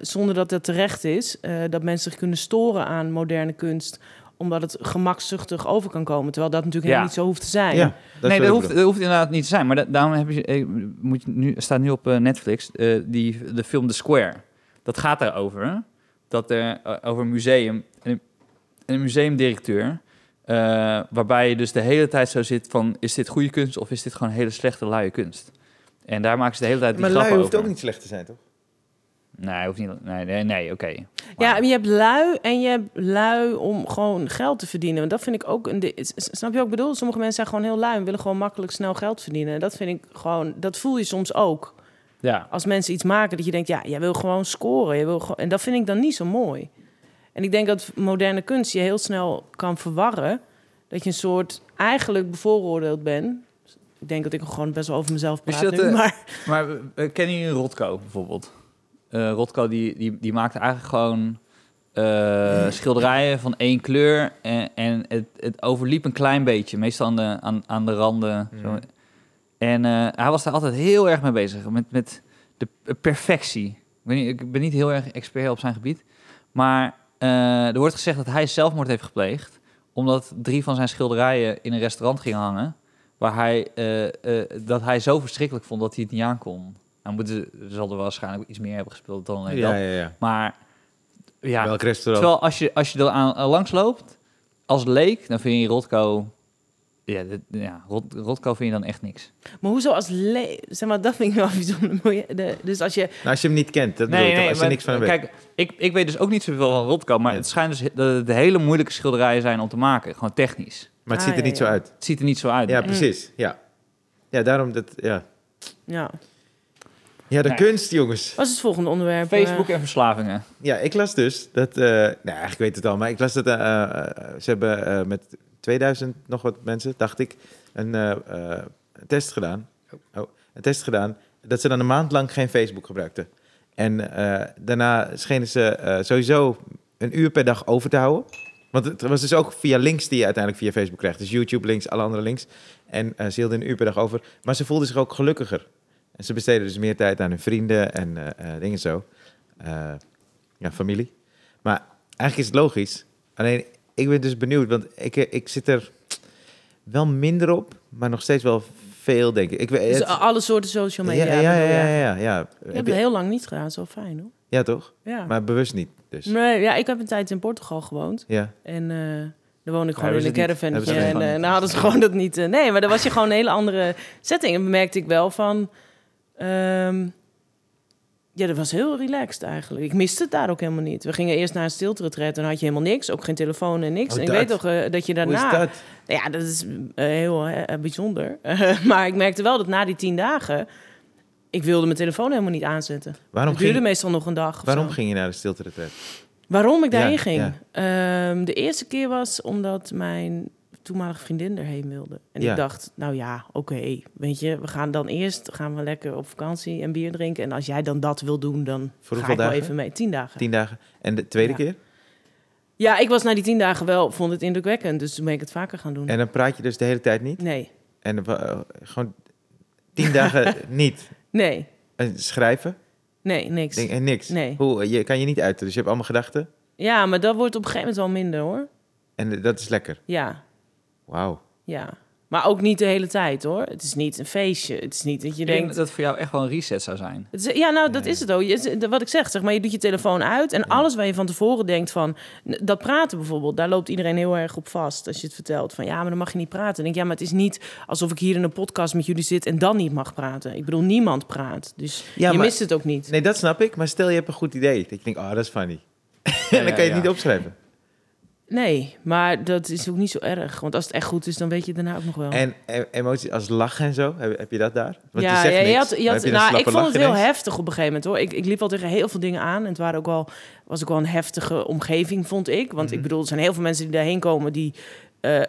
C: zonder dat dat terecht is, eh, dat mensen zich kunnen storen aan moderne kunst, omdat het gemakzuchtig over kan komen. Terwijl dat natuurlijk
A: Ja.
C: helemaal niet zo hoeft te zijn.
B: Ja, dat
A: nee,
B: is
A: dat
B: wat ik
A: hoeft,
B: bedoel.
A: dat hoeft inderdaad niet te zijn. Maar da- daarom heb je, eh, moet je nu, staat nu op eh, Netflix eh, die, de film The Square. Dat gaat daarover. Dat er, eh, over een museum. En een, en een museumdirecteur. eh, waarbij je dus de hele tijd zo zit van... is dit goede kunst of is dit gewoon hele slechte, luie kunst? En daar maken ze de hele tijd die
B: Maar lui
A: grappen
B: hoeft
A: over.
B: ook niet slecht te zijn, toch?
A: Nee, hoeft niet. Nee, nee, nee oké.
C: Ja,
A: Maar-
C: maar je hebt lui en je hebt lui om gewoon geld te verdienen. Want dat vind ik ook een. di- s- s- Snap je wat ik bedoel? Sommige mensen zijn gewoon heel lui en willen gewoon makkelijk snel geld verdienen. En Dat vind ik gewoon. Dat voel je soms ook.
A: ja.
C: als mensen iets maken dat je denkt, ja, jij wil gewoon scoren. Je wil gewoon, en dat vind ik dan niet zo mooi. En ik denk dat moderne kunst je heel snel kan verwarren. dat je een soort eigenlijk bevooroordeeld bent. Ik denk dat ik gewoon best wel over mezelf
A: Is
C: praat
A: dat,
C: nu,
A: eh,
C: maar...
A: Maar eh, kennen jullie Rotko bijvoorbeeld? Eh, Rotko die, die, die maakt eigenlijk gewoon eh, schilderijen van één kleur. En, en het, het overliep een klein beetje, meestal aan de, aan, aan de randen.
B: Mm.
A: Zo. En eh, hij was daar altijd heel erg mee bezig, met, met de p- perfectie. Ik ben, niet, ik ben niet heel erg expert op zijn gebied. Maar eh, er wordt gezegd dat hij zelfmoord heeft gepleegd. Omdat drie van zijn schilderijen in een restaurant gingen hangen. Waar hij, eh, eh, dat hij zo verschrikkelijk vond dat hij het niet aankon. Dan moeten ze, ze zal er waarschijnlijk iets meer hebben gespeeld dan alleen
B: ja,
A: dat.
B: ja, ja.
A: Maar ja,
B: Welk restaurant?
A: terwijl als je, als je er aan, aan langs loopt, als leek, dan vind je Rotko... Ja, dit- ja Rot, Rotko vind je dan echt niks.
C: Maar hoezo als le... Zeg maar, dat vind ik wel bijzonder mooi. De- Dus als je...
B: Nou, als je hem niet kent, dat bedoel ik. toch? als je
A: maar
B: niks van hem weet.
A: Kijk, ik, ik weet dus ook niet zoveel van Rotko, maar
B: Nee.
A: het schijnt dus he- dat het hele moeilijke schilderijen zijn om te maken. Gewoon technisch.
B: Maar het
C: Ah,
B: ziet er
C: ja,
B: niet
C: ja.
B: zo uit.
A: Het ziet er niet zo uit.
B: Ja,
A: nee.
B: precies. Ja. Ja, daarom dat... Ja,
C: Ja.
B: ja de
A: Nee.
B: kunst, jongens.
C: Wat is het volgende onderwerp?
A: Facebook
C: Eh,
A: en verslavingen.
B: Ja, ik las dus dat... eh nou, eigenlijk weet het al, maar ik las dat eh, eh, eh, ze hebben eh, met 2000 nog wat mensen, dacht ik, een, eh, eh, een test gedaan. Oh, een test gedaan dat ze dan een maand lang geen Facebook gebruikten. En eh, daarna schenen ze eh, sowieso een uur per dag over te houden. Want het was dus ook via links die je uiteindelijk via Facebook krijgt. Dus YouTube links, alle andere links. En eh, ze hielden een uur per dag over. Maar ze voelden zich ook gelukkiger. En ze besteden dus meer tijd aan hun vrienden en eh, eh, dingen zo. Eh, ja, familie. Maar eigenlijk is het logisch. Alleen, ik ben dus benieuwd, want ik, eh, ik zit er wel minder op, maar nog steeds wel veel, denk ik. ik weet-
C: dus
B: het-
C: alle soorten social media.
B: ja, ja, ja,
C: bedoel je?
B: ja, ja, ja.
C: Ik
B: Heb
C: heb
B: je-
C: het heel lang niet gedaan, zo fijn hoor.
B: ja, toch?
C: Ja.
B: Maar bewust niet, dus.
C: Nee, ja, ik heb een tijd in Portugal gewoond.
B: Ja.
C: En eh daar woonde ik
A: Ja,
C: gewoon in een
A: hebben
B: niet.
C: caravannetje.
B: Hebben ze
C: En,
A: gewoon
C: eh,
A: niet.
C: nou hadden ze gewoon dat niet. eh, nee, maar dat was je gewoon een hele andere setting. En merkte ik wel van... ehm, ja, dat was heel relaxed eigenlijk. Ik miste het daar ook helemaal niet. We gingen eerst naar een stilteretret en dan had je helemaal niks. Ook geen telefoon en niks.
B: Oh,
C: en ik
B: dat.
C: weet toch eh, dat je daarna...
B: Hoe is dat?
C: Nou Ja, dat is eh, heel eh, bijzonder. maar ik merkte wel dat na die tien dagen... Ik wilde mijn telefoon helemaal niet aanzetten.
B: Waarom,
C: het duurde
B: ging,
C: meestal nog een dag. of
B: waarom
C: zo.
B: ging je naar de stilte retreat?
C: Waarom ik daarheen
B: Ja,
C: ging?
B: ja.
C: Ehm, de eerste keer was omdat mijn toenmalige vriendin erheen wilde. En
B: Ja.
C: ik dacht, nou ja, oké, weet je, we gaan dan eerst gaan we lekker op vakantie en bier drinken. En als jij dan dat wil doen, dan
B: Voor
C: ga
B: hoeveel
C: ik wel
B: dagen?
C: even mee. Tien dagen.
B: Tien dagen. En de tweede
C: Ja.
B: keer?
C: Ja, ik was na die tien dagen wel, vond het indrukwekkend. Dus toen ben ik het vaker gaan doen.
B: En dan praat je dus de hele tijd niet?
C: Nee,
B: En eh, gewoon tien dagen niet.
C: nee,
B: En schrijven?
C: nee, niks.
B: Ding- En niks?
C: Nee.
B: Hoe, je kan je niet uiten, dus je hebt allemaal gedachten.
C: Ja, maar dat wordt op een gegeven moment wel minder hoor.
B: En eh, dat is lekker.
C: Ja,
B: Wauw.
C: ja. Maar ook niet de hele tijd hoor. Het is niet een feestje. Het is niet dat je
A: Ik denk
C: denkt...
A: dat het voor jou echt wel een reset zou zijn.
C: Het is- ja, nou, dat
B: Ja.
C: is het ook. Je- de- Wat ik zeg, zeg maar, je doet je telefoon uit... en alles waar je van tevoren denkt van... n- dat praten bijvoorbeeld, daar loopt iedereen heel erg op vast... als je het vertelt van, ja, maar dan mag je niet praten. Dan denk ik, ja, maar het is niet alsof ik hier in een podcast met jullie zit... en dan niet mag praten. Ik bedoel, niemand praat. Dus
B: Ja,
C: je
B: maar-
C: mist het ook niet.
B: Nee, dat snap ik. Maar stel je hebt een goed idee. Dat je denkt, oh, dat is funny.
A: Ja,
B: en dan kan je het
A: ja,
B: niet
A: ja.
B: opschrijven.
C: Nee, maar dat is ook niet zo erg. Want als het echt goed is, dan weet je het daarna ook nog wel.
B: En eh, emoties als lachen en zo, heb, heb je dat daar? Want je
C: ja,
B: zegt
C: ja,
B: niks.
C: je had,
B: maar
C: je had,
B: heb je een
C: nou, ik
B: slappe
C: vond het
B: lach
C: heel
B: ineens?
C: heftig op een gegeven moment hoor. Ik, ik liep al tegen heel veel dingen aan. En het waren ook wel, was ook wel een heftige omgeving, vond ik. Want
B: Mhm.
C: ik bedoel, er zijn heel veel mensen die daarheen komen die. eh,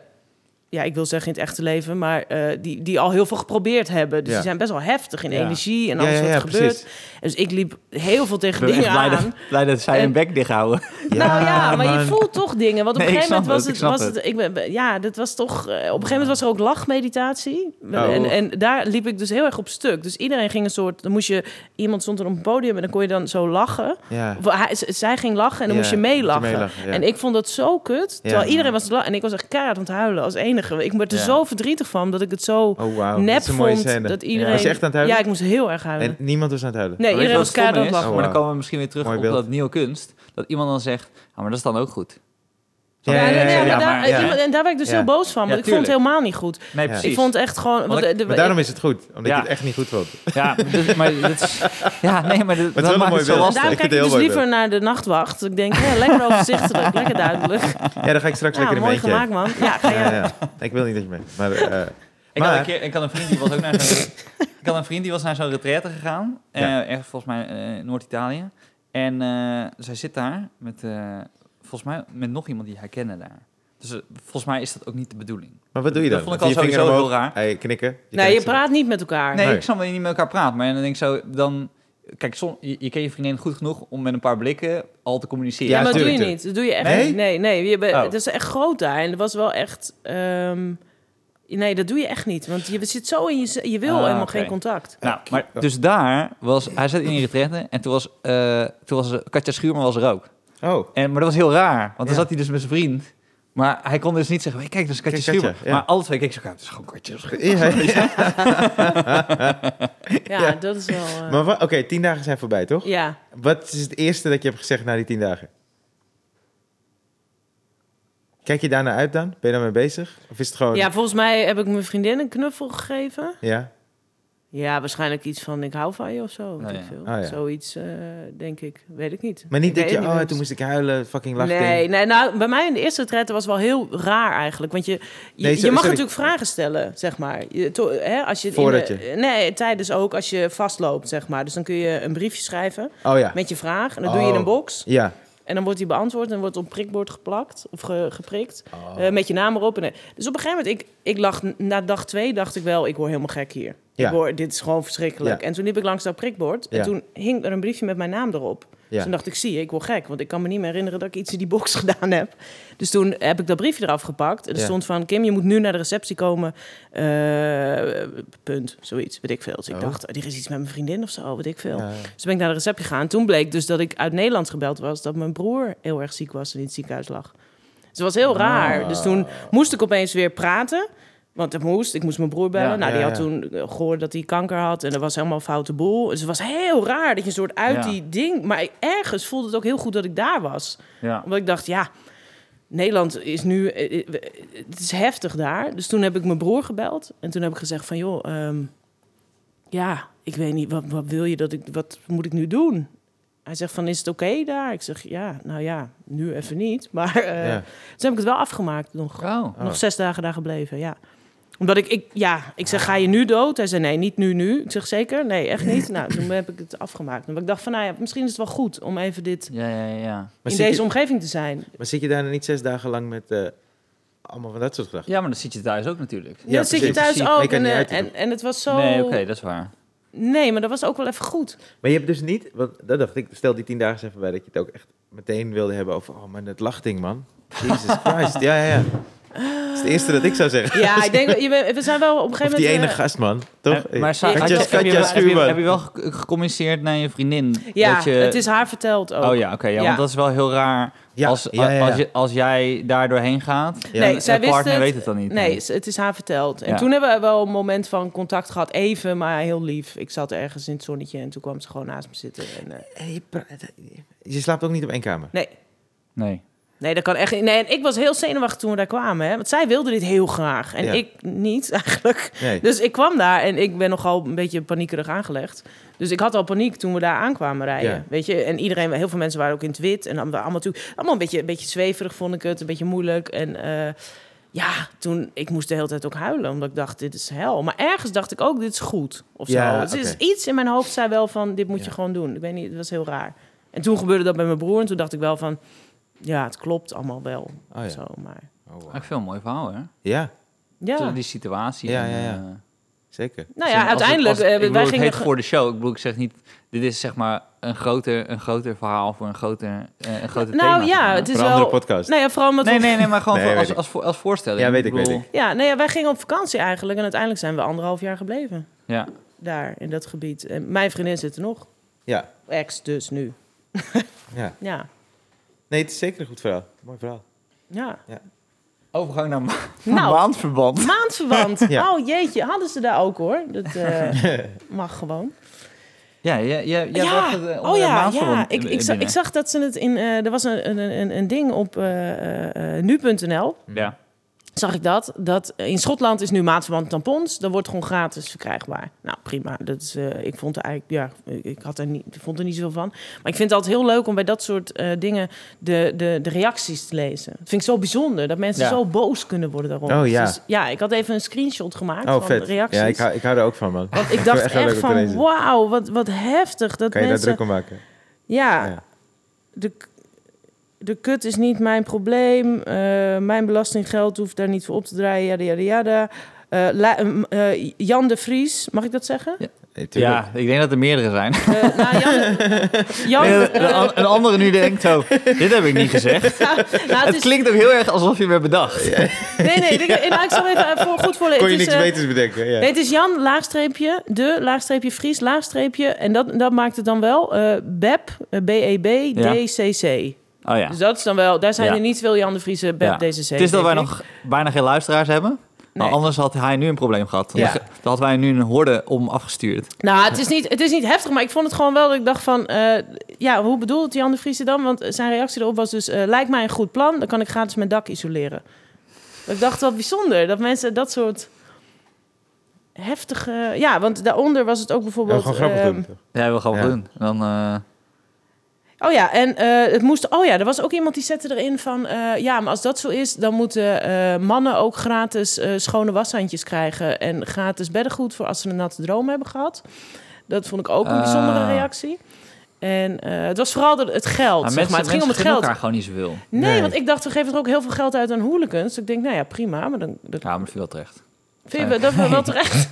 C: ja, ik wil zeggen in het echte leven, maar eh, die, die al heel veel geprobeerd hebben. Dus
B: Ja.
C: die zijn best wel heftig in
A: Ja.
C: energie en alles wat er gebeurt.
B: precies.
C: Dus ik liep heel veel
A: Ik
C: tegen
A: ben echt
C: dingen
A: blij
C: aan.
A: dat, blij dat zij
C: En-
A: hun bek dicht houden.
C: nou ja, maar je
B: man.
C: voelt toch dingen. Want op
A: Nee,
C: een
A: ik
C: gegeven moment
A: snap het,
C: was het,
A: ik snap
C: was het, ik ben, ja, dat was toch. eh, op een gegeven moment was er ook lachmeditatie.
B: Oh.
C: En, en daar liep ik dus heel erg op stuk. Dus iedereen ging een soort, dan moest je, iemand stond er op een podium en dan kon je dan zo lachen.
B: Ja.
C: Of hij, z- zij ging lachen en dan
B: Ja,
C: moest je
B: moet je
C: meelachen.
B: meelachen, ja.
C: En ik vond dat zo kut. Terwijl
B: Ja.
C: iedereen was aan het lachen en ik was echt keihard aan het huilen als enige. Ik werd er
A: Ja.
C: zo verdrietig van dat ik het zo
B: Oh, wauw.
C: nep
B: dat is een mooie
C: vond
B: scène.
C: dat iedereen.
B: Was je echt aan het huilen?
C: Ja, ik moest heel erg huilen.
B: En niemand was aan het huilen?
C: nee,
A: Maar weet
C: iedereen
A: je wat
C: was
A: stom
C: keihard aan het
A: is?
C: lachen.
A: Maar
B: Oh,
A: dan komen we misschien weer terug
B: Mooi
A: op
B: beeld.
A: dat nieuwe kunst. Dat iemand dan zegt, ja, maar dat is dan ook goed.
B: Ja,
C: Ja,
B: ja, ja,
C: nee,
B: ja,
C: maar
B: ja,
C: daar-
A: maar- ja.
C: iemand- En daar ben ik dus
B: Ja.
C: heel boos van. Want
A: Ja,
C: ik vond het
A: tuurlijk.
C: helemaal niet goed.
A: Nee,
B: Ja.
A: precies.
C: Ik vond het echt gewoon... want
A: ik-
C: de- de-
B: Maar daarom is het goed. Omdat
A: Ja.
B: je het echt niet goed vond.
A: Ja, dus- maar dat is- ja, nee, maar dat,
B: wel
A: dat
B: een
A: maakt
B: mooi
A: het zo
B: beeld. lastig.
C: en
A: lastig.
C: daarom
B: Ik
C: kijk
B: vind
C: ik
B: het
C: dus
B: heel mooi
C: liever naar de nachtwacht. Ik denk, hè, lekker overzichtelijk, lekker duidelijk.
B: Ja, dan ga ik straks
C: Ja,
B: lekker in
C: mooi
B: mijn eentje.
C: gemaakt, man. Ja, ga
B: heen.
C: je-
B: Ja, ja. Ik wil niet dat je mee... Maar, eh,
A: Ik had,
B: Maar-
A: een keer, ik had een vriend die was ook naar zo'n... ik had een vriend die was naar zo'n retraite gegaan. eh
B: Ja.
A: ergens volgens mij eh, in Noord-Italië. En eh, zij zit daar met... eh, volgens mij met nog iemand die hij kende daar. Dus Dus eh, volgens mij is dat ook niet de bedoeling.
B: Maar wat doe je dan?
A: Dat vond ik al
B: Met je vinger
A: sowieso
B: omhoog?
A: heel raar.
B: Hey, knikken.
C: nee, je
B: kijkt zo.
C: praat niet met elkaar.
A: Nee,
B: Nee.
A: ik snap dat je niet met elkaar praat. Maar dan denk ik zo, dan... Kijk, som, je, je kent je vriendin goed genoeg om met een paar blikken al te communiceren.
C: Ja, maar dat doe je
B: tuurlijk,
C: niet. Dat doe je echt
B: Nee?
C: niet. Nee, nee. Je bent-
A: Oh.
C: Het is echt groot daar. En dat was wel echt... ehm, nee, dat doe je echt niet. Want je zit zo in je... z- Je wil
A: Ah,
C: helemaal
A: oké.
C: geen contact.
A: Nou, maar dus daar was... Hij zat in die retraite en toen was, eh, toen was eh, Katja Schuurman was er ook.
B: Oh,
A: En, maar dat was heel raar, want dan
B: Ja.
A: zat hij dus met zijn vriend. Maar hij kon dus niet zeggen, hey, kijk, dat is Katja
B: Kijk, Katja,
A: Schuurman.
B: ja.
A: Maar alle twee keken ze elkaar, het is gewoon Katja Schuurman.
B: ja, ja.
C: Ja,
B: Ja.
C: dat is wel... eh,
B: Maar wa- oké, tien dagen zijn voorbij, toch?
C: ja.
B: Wat is het eerste dat je hebt gezegd na die tien dagen? Kijk je daarna uit dan? Ben je daarmee bezig? Of is het gewoon...
C: ja, volgens mij heb ik mijn vriendin een knuffel gegeven.
B: Ja?
C: Ja, waarschijnlijk iets van ik hou van je of zo. weet
A: ja.
C: ik veel.
B: Ah, ja.
C: Zoiets, eh, denk ik. Weet ik niet.
B: Maar niet
C: Ik
B: dat
C: weet
B: je...
C: het
B: Oh,
C: niet.
B: toen moest ik huilen, fucking lachen.
C: Nee, nee, nou, bij mij in de eerste retraite was wel heel raar eigenlijk. Want je, je,
B: Nee,
C: je
B: sorry,
C: mag
B: sorry.
C: natuurlijk vragen stellen, zeg maar. Je, to- hè, als je in
B: Voordat
C: de- Nee, tijdens ook als je vastloopt, zeg maar. Dus dan kun je een briefje schrijven
B: Oh ja.
C: met je vraag. En dat doe je in
B: Oh.
C: een box.
B: Ja.
C: En dan wordt die beantwoord en wordt op prikbord geplakt of ge- geprikt.
B: Ah.
C: eh, met je naam erop. En, dus op een gegeven moment, ik, ik lag, na dag twee dacht ik wel, ik word helemaal gek hier.
B: Ja.
C: Ik word, dit is gewoon verschrikkelijk.
B: Ja.
C: En toen liep ik langs dat prikbord. En
B: Ja.
C: toen hing er een briefje met mijn naam erop.
B: Ja.
C: Toen dacht ik, zie je, ik word gek. Want ik kan me niet meer herinneren dat ik iets in die box gedaan heb. Dus toen heb ik dat briefje eraf gepakt. En er
B: Ja.
C: stond van, Kim, je moet nu naar de receptie komen. Eh, punt, zoiets, weet ik veel. Dus ik
B: Oh.
C: dacht, oh, er is iets met mijn vriendin of zo, weet ik veel.
B: Ja.
C: Dus ben ik naar de receptie gegaan. Toen bleek dus dat ik uit Nederland gebeld was... dat mijn broer heel erg ziek was en in het ziekenhuis lag. Dus het was heel raar.
B: Ah.
C: Dus toen moest ik opeens weer praten. Want dat moest. Ik moest mijn broer bellen.
A: Ja,
C: nou,
B: ja,
C: die had
B: ja.
C: toen eh, gehoord dat hij kanker had. En dat was helemaal een foute boel. Dus het was heel raar dat je een soort uit
A: Ja.
C: die ding... Maar ergens voelde het ook heel goed dat ik daar was.
A: Ja.
C: Omdat ik dacht, ja... Nederland is nu... eh, eh, Het is heftig daar. Dus toen heb ik mijn broer gebeld. En toen heb ik gezegd van... joh, ehm, ja, ik weet niet, wat, wat wil je dat ik... Wat moet ik nu doen? Hij zegt van, is het oké daar? Ik zeg, ja, nou ja, nu even niet. Maar eh,
B: Ja.
C: dus heb ik het wel afgemaakt nog.
A: Oh.
B: Oh.
C: Nog zes dagen daar gebleven, ja. Omdat ik, ik, ja, ik zeg, ga je nu dood? Hij zei, nee, niet nu, nu. Ik zeg, zeker? Nee, echt niet. Nou, toen heb ik het afgemaakt. Omdat ik dacht van, nou ja, misschien is het wel goed om even dit...
A: Ja, ja, ja.
B: Maar,
C: in
B: zit
C: deze
B: je,
C: omgeving te zijn.
B: maar zit je daarna niet zes dagen lang met eh, allemaal van dat soort gedachten?
A: Ja, maar dat zit je thuis ook natuurlijk.
C: Ja, dan zit je
B: precies.
C: thuis
A: Precies.
B: Maar je
C: ook
B: kan
C: en,
B: niet
C: eh,
B: uit die
C: en, en het was zo...
A: Nee, oké, dat is waar.
C: Nee, maar dat was ook wel even goed.
B: Maar je hebt dus niet... Want dat dacht ik, stel die tien dagen eens even bij... dat je het ook echt meteen wilde hebben over... Oh, maar dat lachting, man. Jesus Christ. Ja, ja, ja. Dat is het eerste dat ik zou zeggen.
C: Ja, ik denk, je bent- we zijn wel op een
B: Of
C: gegeven
B: die
C: moment...
B: ene
C: eh,
B: gast, man. Toch?
A: Eh, maar Sa-
C: Ik-
A: had je-
C: Katja-
A: heb je-
B: Katja
A: heb je-
B: Schuurman.
A: Heb je wel ge- gecommuniceerd naar je vriendin?
C: eh, Ja,
A: dat je,
C: het is haar verteld ook.
A: Oh ja, oké. ja,
C: Ja.
A: Want dat is wel heel raar.
B: Ja,
A: als,
B: ja, ja,
A: Als,
B: ja.
A: je, als jij daar doorheen gaat,
B: Ja.
C: Nee,
A: en
C: zij
A: je
C: wist
A: partner
C: het.
A: weet het dan niet.
C: Nee, ze- het is haar verteld. En
A: Ja.
C: toen hebben we wel een moment van contact gehad. Even, maar heel lief. Ik zat ergens in het zonnetje en toen kwam ze gewoon naast me zitten. En, eh,
B: En je, pra- je slaapt ook niet op één kamer.
C: nee,
A: Nee.
C: nee, dat kan echt niet. Nee, en ik was heel zenuwachtig toen we daar kwamen. Hè, want zij wilde dit heel graag. En
B: Ja.
C: ik niet, eigenlijk.
B: Nee.
C: Dus ik kwam daar en ik ben nogal een beetje paniekerig aangelegd. Dus ik had al paniek toen we daar aankwamen rijden.
B: Ja.
C: Weet je, en iedereen, heel veel mensen waren ook in het wit. En dan waren allemaal, toe, allemaal een, beetje, een beetje zweverig vond ik het, een beetje moeilijk. En eh, ja, toen, ik moest de hele tijd ook huilen, omdat ik dacht, dit is hel. Maar ergens dacht ik ook, dit is goed, of
B: Ja,
C: zo. Dus er is
B: oké.
C: iets in mijn hoofd zei wel van, dit moet
B: Ja.
C: je gewoon doen. Ik weet niet, het was heel raar. En toen gebeurde dat bij mijn broer en toen dacht ik wel van... Ja, het klopt allemaal wel.
B: Oh ja.
C: Zo, maar...
B: Oh,
A: Maar
B: wow.
A: ik vind het een mooi verhaal, hè?
B: Ja,
C: Ja.
A: Zo Die situatie.
B: Ja,
A: en,
B: ja, ja.
A: eh,
B: zeker.
C: Nou
A: Zeg maar,
C: ja,
A: als het-
C: uiteindelijk...
A: als het-
C: eh,
A: ik bedoel,
C: wij
A: het
C: gingen...
A: heet voor de show. Ik bedoel, ik zeg niet... Dit is zeg maar een groter, een groter verhaal voor een groter, eh, een groter thema.
C: nou
A: zeg
C: ja,
A: maar.
C: het is
B: Voor een andere
C: wel...
B: podcast.
C: Nou ja, vooral omdat
A: Nee,
C: we-
A: nee, nee, maar gewoon
B: Nee,
A: voor,
B: weet
A: als,
B: ik.
A: als, voor, als voorstelling.
B: Ja, weet ik, weet
A: bedoel,
B: ik.
C: Ja, nou ja, wij gingen op vakantie eigenlijk. En uiteindelijk zijn we anderhalf jaar gebleven.
A: Ja.
C: Daar, in dat gebied. En mijn vriendin zit er nog.
B: Ja,
C: Ex dus nu.
B: ja.
C: Ja.
B: Nee, het is zeker een goed verhaal. Mooi verhaal.
C: Ja.
A: Overgang naar, ma-
C: Nou.
A: maandverband.
C: Maandverband.
B: Ja.
C: Oh jeetje, hadden ze daar ook hoor. Dat eh, mag gewoon.
A: Ja, ja, ja, jij
C: Ja.
A: bracht het eh, onder
C: oh
A: het
C: ja,
A: maandverband eh,
C: ja. Ik, ik, zag,
A: binnen.
C: ik zag dat ze het in... eh, er was een, een, een, een ding op eh, eh, eh, nu.nl.
A: Ja.
C: zag ik dat. Dat eh, in Schotland is nu maatverband tampons. Dat wordt gewoon gratis verkrijgbaar. Nou, prima. Dat is, eh, ik vond er eigenlijk, ja, ik- ik had er niet, ik vond er niet zoveel van. Maar ik vind het altijd heel leuk om bij dat soort eh, dingen de, de, de reacties te lezen. Dat vind ik zo bijzonder dat mensen
A: Ja.
C: zo boos kunnen worden daarom.
B: Oh, ja.
C: Dus, ja, ik had even een screenshot gemaakt
B: Oh,
C: van
B: vet.
C: de reacties.
B: Ja, ik
C: ik,
B: hou, ik hou er ook van, man.
C: Want ik
B: vind
C: dacht
B: het
C: echt,
B: wel leuk om te
C: van,
B: lezen.
C: wauw, wat, wat heftig dat
B: Kan je daar
C: mensen...
B: druk om maken?
C: ja,
B: Ja.
C: de, de kut is niet mijn probleem. eh, mijn belastinggeld hoeft daar niet voor op te draaien. Yada, yada, yada. Eh, la- eh, eh, Jan de Vries, mag ik dat zeggen?
B: Nee, tuurlijk.
A: Ja, ik denk dat er meerdere zijn.
C: Eh, nou, Jan, Jan,
A: Nee,
C: eh,
A: de an- een andere nu denkt, oh, dit heb ik niet gezegd.
C: nou,
A: Het
C: is-
A: klinkt ook heel erg alsof je me bedacht.
C: Nee, nee, ik, nou, ik zal even eh, voor, goed voorlezen.
B: Kon je
C: Het is,
B: niks
C: eh,
B: beters bedenken? Ja.
C: Nee, het is Jan, laagstreepje, de, laagstreepje, Fries, laagstreepje. En dat, dat maakt het dan wel eh, BEP, eh, B-E-B,
A: Ja.
C: D-C-C.
A: Oh ja.
C: Dus dat is dan wel, daar zijn
A: Ja.
C: er niet veel Jan de Vriese, BEP,
A: Ja.
C: D-C-C.
A: Het is dat wij
C: denk ik.
A: nog bijna geen luisteraars hebben. Maar
C: Nee.
A: anders had hij nu een probleem gehad.
B: Ja.
A: Dan hadden wij nu een horde om afgestuurd.
C: Nou, het is, niet, het is niet heftig, maar ik vond het gewoon wel dat ik dacht van... eh, ja, hoe bedoelt Jan de Vriese dan? Want zijn reactie erop was dus... eh, lijkt mij een goed plan, dan kan ik gratis mijn dak isoleren. Ik dacht wel bijzonder, dat mensen dat soort heftige... Ja, want daaronder was het ook
B: Ja,
C: bijvoorbeeld...
B: gewoon grappig
C: ehm,
B: doen. toch?
A: Ja, wil gewoon
B: Ja.
A: doen. Dan, eh,
C: Oh ja, en eh, het moest. Oh ja, er was ook iemand die zette erin van. eh, ja, maar als dat zo is, dan moeten eh, mannen ook gratis eh, schone washandjes krijgen. En gratis beddengoed voor als ze een natte droom hebben gehad. Dat vond ik ook een bijzondere
A: Ah.
C: reactie. En eh, het was vooral de- het geld.
A: maar
C: zeg
A: mensen,
C: maar. Het ging om
A: mensen gunnen
C: het geld.
A: elkaar gewoon niet zoveel.
C: Nee,
B: Nee.
C: want ik dacht, we geven er ook heel veel geld uit aan hooligans. Dus ik denk, nou ja, prima. Maar dan, dat,
A: Ja, maar dat viel wel terecht.
C: vind je, dat we wel terecht.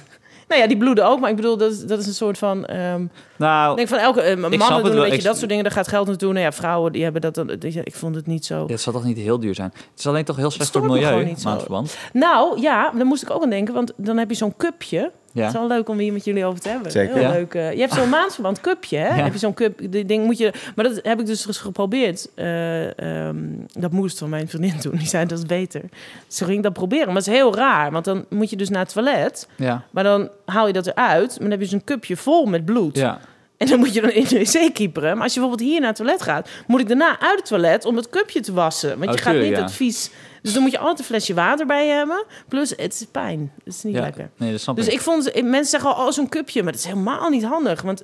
C: nou ja, die bloeden ook. Maar ik bedoel, dat, is- dat is een soort van. ehm,
A: Nou,
C: ik denk van elke eh, mannen
A: snap
C: doen
A: het
C: een
A: wel.
C: beetje
A: Ik-
C: dat soort dingen. Daar gaat geld naartoe. Nou ja, vrouwen die hebben dat. dan- die- Ik vond het niet zo.
A: het zal toch niet heel duur zijn. Het is alleen toch heel slecht voor het
C: stoort me
A: milieu,
C: gewoon niet zo.
A: maandverband.
C: Nou ja, daar moest ik ook aan denken, want dan heb je zo'n cupje. Het is
A: Ja.
C: wel leuk om hier met jullie over te hebben.
B: Zeker.
C: Heel
A: Ja.
C: leuk. eh, je hebt zo'n maandverband cupje, hè?
A: Ja.
C: Heb je zo'n cup, die ding moet je... Maar dat heb ik dus eens geprobeerd. Eh, ehm, dat moest van mijn vriendin doen. Die zei, dat is beter. Dus toen ging ik dat proberen. Maar dat is heel raar, want dan moet je dus naar het toilet.
A: Ja.
C: Maar dan haal je dat eruit, maar dan heb je zo'n cupje vol met bloed.
A: ja.
C: En dan moet je dan in de wc kieperen. Maar als je bijvoorbeeld hier naar het toilet gaat, moet ik daarna uit het toilet om het cupje te wassen. Want
A: Oh,
C: je gaat
A: tuurlijk,
C: niet
A: ja.
C: het vies. Dus dan moet je altijd een flesje water bij je hebben. Plus, het is pijn. Dat is niet
A: ja.
C: lekker.
A: Nee, dat snap
C: Dus
A: ik.
C: ik vond, mensen zeggen al, oh, zo'n cupje. Maar dat is helemaal niet handig. Want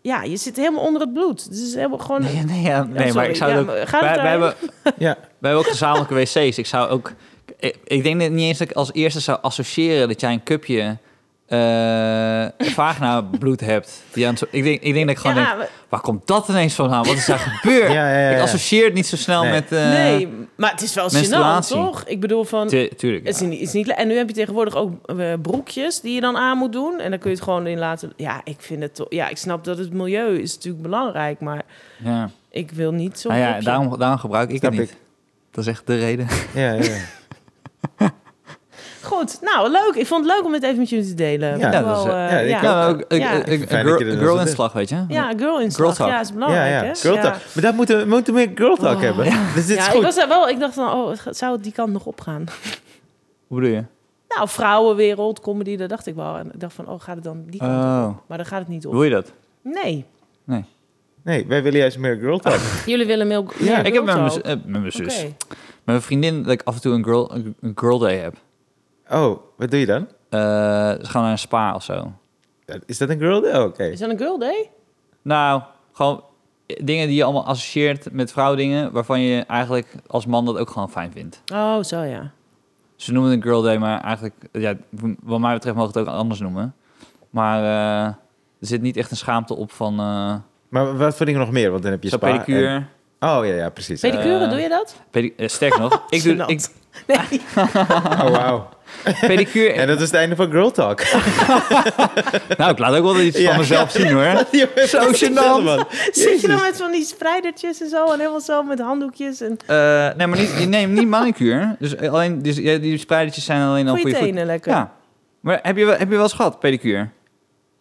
C: ja, je zit helemaal onder het bloed. Dus het is helemaal gewoon...
A: Nee, nee, ja, nee maar
C: sorry.
A: ik zou
C: Ja,
A: het
C: maar
A: ook...
C: ga er
A: Wij, wij,
C: daarheen.
A: hebben,
B: Ja.
A: wij hebben ook gezamenlijke wc's. Ik zou ook... Ik, ik denk dat niet eens dat ik als eerste zou associëren dat jij een cupje eh vagina bloed hebt. Die aan het zo- ik, denk, ik denk dat ik gewoon denk,
C: ja, maar-
A: Waar komt dat ineens vandaan? Wat is daar gebeurd?
B: Ja, ja, ja,
A: Ik
B: ja.
A: associeer het niet zo snel
B: Nee.
A: met... eh,
C: nee, maar het is wel gênant,
A: menstruatie.
C: toch? Ik bedoel van...
A: tu- tuurlijk.
C: Het is
A: ja.
C: niet, is niet, le- en nu heb je tegenwoordig ook eh, broekjes die je dan aan moet doen. En dan kun je het gewoon in laten. Ja, ik vind het toch. Ja, ik snap dat het milieu is natuurlijk belangrijk. Maar
A: Ja.
C: ik wil niet zo'n.
A: Nou ja,
C: broekje.
A: daarom, daarom gebruik ik
B: Snap
A: het niet.
B: ik.
A: Dat is echt de reden.
B: Ja, ja.
C: Goed, nou leuk. Ik vond het leuk om dit even met jullie te delen.
B: Ja,
C: Wel,
A: dat is, eh,
C: eh,
B: ja, ik
A: Ja,
B: ook.
C: ja.
A: ook, ik,
C: Ja.
A: ik- ik- een
B: Fijn
A: girl,
B: dat je dat
A: een
B: wel
A: girl
B: doet.
A: inslag, weet je?
C: Ja, girl in
A: Girl talk.
C: Ja, is
B: ja,
C: belangrijk.
B: ja.
C: Hè?
B: Girl
C: Nou, ja.
B: talk. Maar daar moeten we, we moeten meer girl talk
C: Oh.
B: hebben. Dus dit is
C: Ja, ik
B: goed.
C: was er wel. Ik dacht dan, oh, het gaat- zou het die kant nog opgaan?
A: Hoe bedoel je?
C: Nou, vrouwenwereld, comedy, dat dacht ik wel. En ik dacht van, oh, gaat het dan die kant op?
A: Oh,
C: Maar dan gaat het niet op.
A: wil je dat?
C: Nee.
B: Nee, wij willen juist meer girl talk.
C: Jullie willen meer, meer
B: Ja,
C: girl
A: ik heb met mijn,
C: talk.
A: eh, met mijn zus,
C: Oké.
A: met mijn vriendin, dat ik af en toe een girl, een een girl day heb.
B: Oh, wat doe je dan?
A: Eh dus gaan naar een spa of zo.
B: Is dat een girl day? Oh, Oké.
C: Is dat een girl day?
A: Nou, gewoon dingen die je allemaal associeert met vrouwdingen, waarvan je eigenlijk als man dat ook gewoon fijn vindt.
C: Oh, zo ja.
A: Ze noemen het een girl day, maar eigenlijk, ja, wat mij betreft mag het ook anders noemen. Maar eh, er zit niet echt een schaamte op van eh
B: Maar wat voor dingen nog meer? Want dan heb je
A: zo'n
B: spa en-
A: pedicure.
B: Oh, ja, ja, precies.
A: Pedi-
C: Pedicure,
A: Eh,
C: doe je dat? Ah,
A: Pedi- eh, sterk nog, ik doe ik,
C: Nee.
B: Oh, wauw.
A: pedicure.
B: En dat is het einde van girl talk.
A: Nou, ik laat ook wel iets
B: Ja.
A: van mezelf zien hoor.
B: Je bent
A: Zo
B: echt
A: gênant.
B: zelf, man.
C: Zit je dan met van die spreidertjes en zo en helemaal zo met handdoekjes en
A: Eh, nee, maar niet, je neemt niet manicure. Dus alleen, dus, ja, die spreidertjes zijn alleen al
C: voor
A: voor
C: je
A: je voet.
C: tenen lekker?
A: Ja, maar heb je, wel, heb je wel eens gehad, pedicure?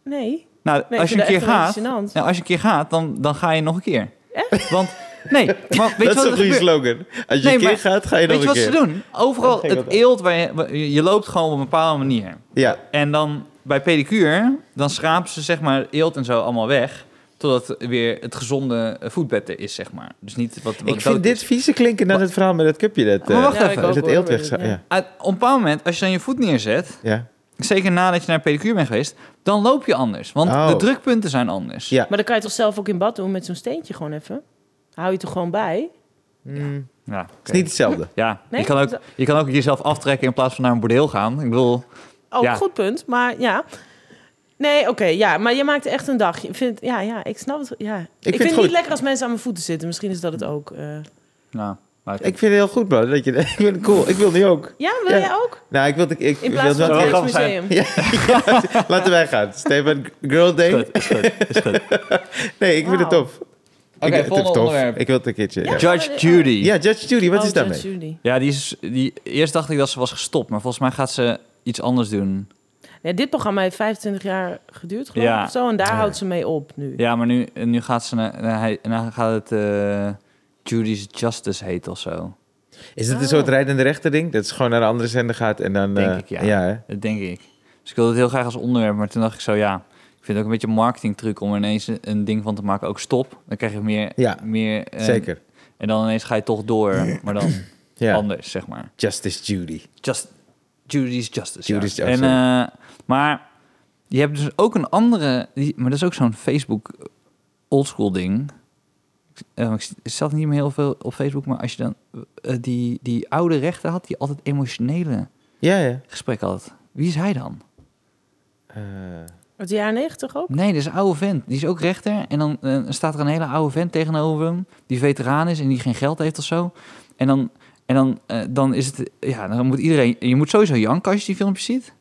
C: Nee.
A: Nou,
C: Nee,
A: als je
C: ik
A: een
C: vind
A: keer
C: dat
A: gaat,
C: echt wel gênant.
A: nou, als je een keer gaat, dan, dan ga je nog een keer. Echt? Want, nee, maar weet
B: Dat
A: je
B: is
A: wat
B: een
A: er
B: goede
A: gebeurt?
B: slogan. Als je
A: Nee,
B: een keer
A: maar-
B: gaat, ga je
A: Weet
B: nog
A: je wat
B: een
A: ze
B: keer.
A: doen? Overal
B: Dat ging
A: het
B: ook al.
A: eelt, waar je, waar- je loopt gewoon op een bepaalde manier.
B: Ja,
A: En dan bij pedicure, dan schrapen ze zeg maar eelt en zo allemaal weg. Totdat het weer het gezonde eh, voetbed er is, zeg maar. Dus niet wat, wat
B: ik
A: dood
B: vind dit
A: is.
B: vieze klinken dan het verhaal met dat cupje. Dat,
A: Maar
B: eh,
A: wacht
C: Ja,
A: even.
C: ik ook,
B: dat
C: hoor,
B: eelt
C: weet
B: weg
C: ik,
B: zou-
C: ja.
B: Ja.
A: Uit- op een bepaald moment, als je dan je voet neerzet...
B: Ja.
A: zeker nadat je naar pedicure bent geweest... dan loop je anders. Want
B: Oh.
A: de drukpunten zijn anders.
B: Ja.
C: Maar dan kan je toch zelf ook in bad doen met zo'n steentje gewoon even? Hou je toch gewoon bij?
B: Mm,
A: Ja, oké.
B: Het is niet hetzelfde.
A: Ja,
C: Nee?
A: je, kan ook, je kan ook jezelf aftrekken in plaats van naar een bordeel gaan. Ik bedoel,
C: Oh,
A: Ja.
C: goed punt, maar ja. Nee, oké, ja, maar je maakt er echt een dag. Je vindt, ja, ja, ik snap het. Ja. Ik,
B: vind
C: vind
B: het
C: het
B: goed.
C: niet lekker als mensen aan mijn voeten zitten. Misschien is dat het ook. eh.
A: Nou, maar
B: Ik vind het heel goed, bro. Dat je, ik vind het cool. Ik wil die ook.
C: Ja, wil
B: Ja.
C: jij ook?
B: Nou, ik wil... Ik, ik,
C: In
B: ik
C: plaats
B: wil wel-
C: van
A: Oh,
C: het
A: dat kan
C: Rijksmuseum.
B: Laten wij gaan. Stefan, girl
A: is
B: date.
A: goed, is goed, is goed.
B: Nee, ik vind het
C: Wauw.
B: tof.
A: Oké,
B: ik, het is
A: volgende
B: tof.
A: onderwerp.
B: Ik wil het een keertje. Ja,
A: Judge Judy.
B: Ja, Judge Judy, wat
C: Oh,
B: is daarmee?
C: Judge Judy.
A: Ja, die is, die, eerst dacht ik dat ze was gestopt, maar volgens mij gaat ze iets anders doen.
C: Ja, dit programma heeft 25 jaar geduurd, geloof ik,
A: Ja.
C: of zo. En daar
B: Ja.
C: houdt ze mee op nu.
A: Ja, maar nu, nu gaat ze naar, naar, hij- naar gaat het eh, Judy's Justice heet of
B: Eh,
A: zo.
B: Is het een
C: Oh.
B: soort rijdende rechter ding? Dat ze gewoon naar de andere zender gaat en dan...
A: Denk
B: eh,
A: ik, ja.
B: hè?
A: Dat denk ik. Dus ik wilde het heel graag als onderwerp, maar toen dacht ik zo, ja, ik vind het ook een beetje een marketingtruc om er ineens een- een ding van te maken. Ook stop, dan krijg je meer.
B: Ja,
A: meer eh,
B: Zeker.
A: En dan ineens ga je toch door, maar dan
B: Ja.
A: anders, zeg maar.
B: Justice Judy.
A: Just, Judy's Justice.
B: Judy's
A: ja.
B: Justice.
A: En, eh, maar je hebt dus ook een andere... die- maar dat is ook zo'n Facebook oldschool ding. Eh, ik zat niet meer heel veel op Facebook, maar als je dan eh, die, die oude rechter had... die altijd emotionele
B: Ja, ja.
A: gesprekken had. Wie is hij dan?
B: Eh,
C: Uit de jaren 90 ook?
A: Nee, dat is een oude vent. Die is ook rechter. En dan eh, staat er een hele oude vent tegenover hem. Die veteraan is en die geen geld heeft of zo. En dan, en dan, eh, dan is het... Ja, dan moet iedereen... Je moet sowieso janken als je die filmpjes ziet.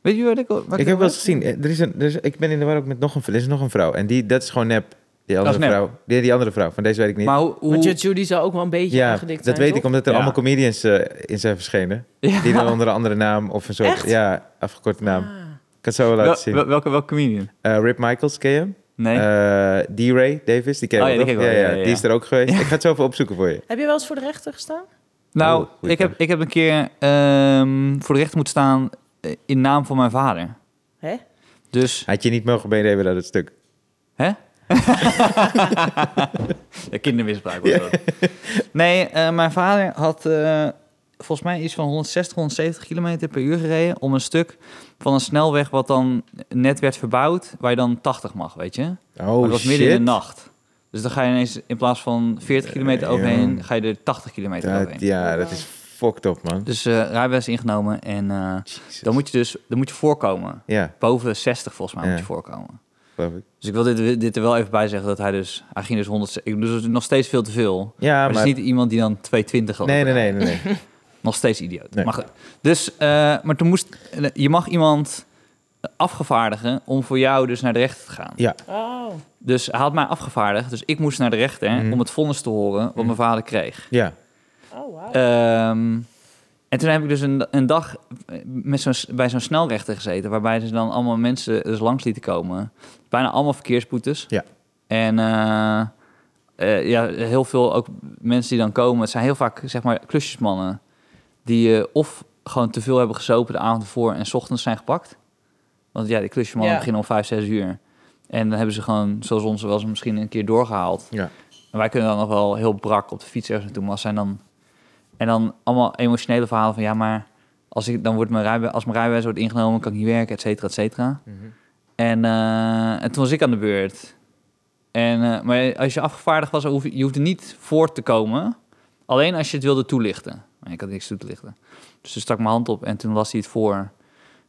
A: Weet je wat ik... Wat
B: ik heb wel eens gezien. eh, Er is een, er is, ik ben in de war ook met nog een, er is nog een vrouw. En die, dat is gewoon nep. Die
A: Dat is
B: andere
A: nep.
B: vrouw. Die, die andere vrouw. Van deze weet ik niet.
A: Maar hoe... hoe-
C: Want Judge Judy zou ook wel een beetje
B: ja, dat
C: aangedikt
B: weet
C: zijn,
B: ik
C: toch?
B: omdat er
A: Ja.
B: allemaal comedians eh, in zijn verschenen.
A: Ja.
B: Die dan onder een andere naam of een soort...
C: Echt?
B: Ja, afgekorte naam. Ik
C: Ah.
B: kan het zo wel
A: Wel-
B: laten zien.
A: wel- welke, welke comedian?
B: Eh, Rip Michaels, ken je hem?
A: Nee.
B: Eh, D-Ray Davis, die ken je
A: Oh, ja,
B: wel,
A: die
B: toch?
A: ken ik wel, ja, ja,
B: Die
A: ja.
B: is er ook geweest. Ik ga het zo even opzoeken voor je.
C: Heb je wel eens voor de rechter gestaan?
A: nou,
B: oh, goeie
A: ik heb,
B: vraag.
A: ik heb een keer ehm, voor de rechter moeten staan eh, in naam van mijn vader.
C: Hè?
A: Dus...
B: Had je niet mogen meenemen naar dat stuk?
A: Hè? ja, kindermisbruik was dat. Nee, eh, mijn vader had eh, volgens mij iets van 160, 170 kilometer per uur gereden... om een stuk van een snelweg wat dan net werd verbouwd... waar je dan 80 mag, weet je?
B: Oh,
A: maar het was
B: shit.
A: midden in de nacht. Dus dan ga je ineens in plaats van 40 kilometer
B: Eh, ja.
A: overheen... ga je er 80 kilometer
B: Dat,
A: overheen.
B: ja, dat is fucked up, man.
A: Dus eh rijbewijs ingenomen en eh,
B: Jezus.
A: dan moet je dus dan moet je voorkomen.
B: Ja,
A: Boven 60 volgens mij
B: Ja.
A: moet je voorkomen.
B: geloof ik.
A: Dus ik wil dit, dit er wel even bij zeggen dat hij dus... Hij ging dus 100... Ik bedoel, het is nog steeds veel te veel. Maar,
B: Ja,
A: het
B: maar...
A: is niet iemand die dan 220 loopt.
B: Nee, nee, nee, nee. nee.
A: Nog steeds idioot.
B: Nee.
A: Maar goed. Dus, eh, maar toen moest... Je mag iemand afgevaardigen om voor jou dus naar de rechter te gaan.
B: Ja.
C: Oh.
A: Dus hij had mij afgevaardigd. Dus ik moest naar de rechter
B: Mhm.
A: om het vonnis te horen wat mijn vader kreeg.
B: Ja.
C: Oh, wauw.
A: Ehm, en toen heb ik dus een, een dag met zo'n, bij zo'n snelrechter gezeten... waarbij ze dan allemaal mensen dus langs lieten komen. Bijna allemaal verkeersboetes.
B: Ja.
A: En eh, eh, ja, heel veel ook mensen die dan komen... het zijn heel vaak zeg maar klusjesmannen... die eh, of gewoon te veel hebben gezopen de avond ervoor... en 's ochtends zijn gepakt. Want ja, die klusjesmannen
C: Ja.
A: beginnen om vijf, zes uur. En dan hebben ze gewoon, zoals onze wel eens misschien een keer doorgehaald.
B: Ja.
A: En wij kunnen dan nog wel heel brak op de fiets ergens naartoe. Maar als zijn dan, en dan allemaal emotionele verhalen van... ja, maar als, ik, dan wordt mijn, rijbe- als mijn rijbewijs wordt ingenomen... kan ik niet werken, et cetera, et cetera.
B: Mhm.
A: En, eh, en toen was ik aan de beurt. En, eh, maar als je afgevaardigd was, hoef je, je hoefde niet voor te komen. Alleen als je het wilde toelichten. Maar ik had niks toe te lichten. Dus toen stak ik mijn hand op en toen las hij het voor.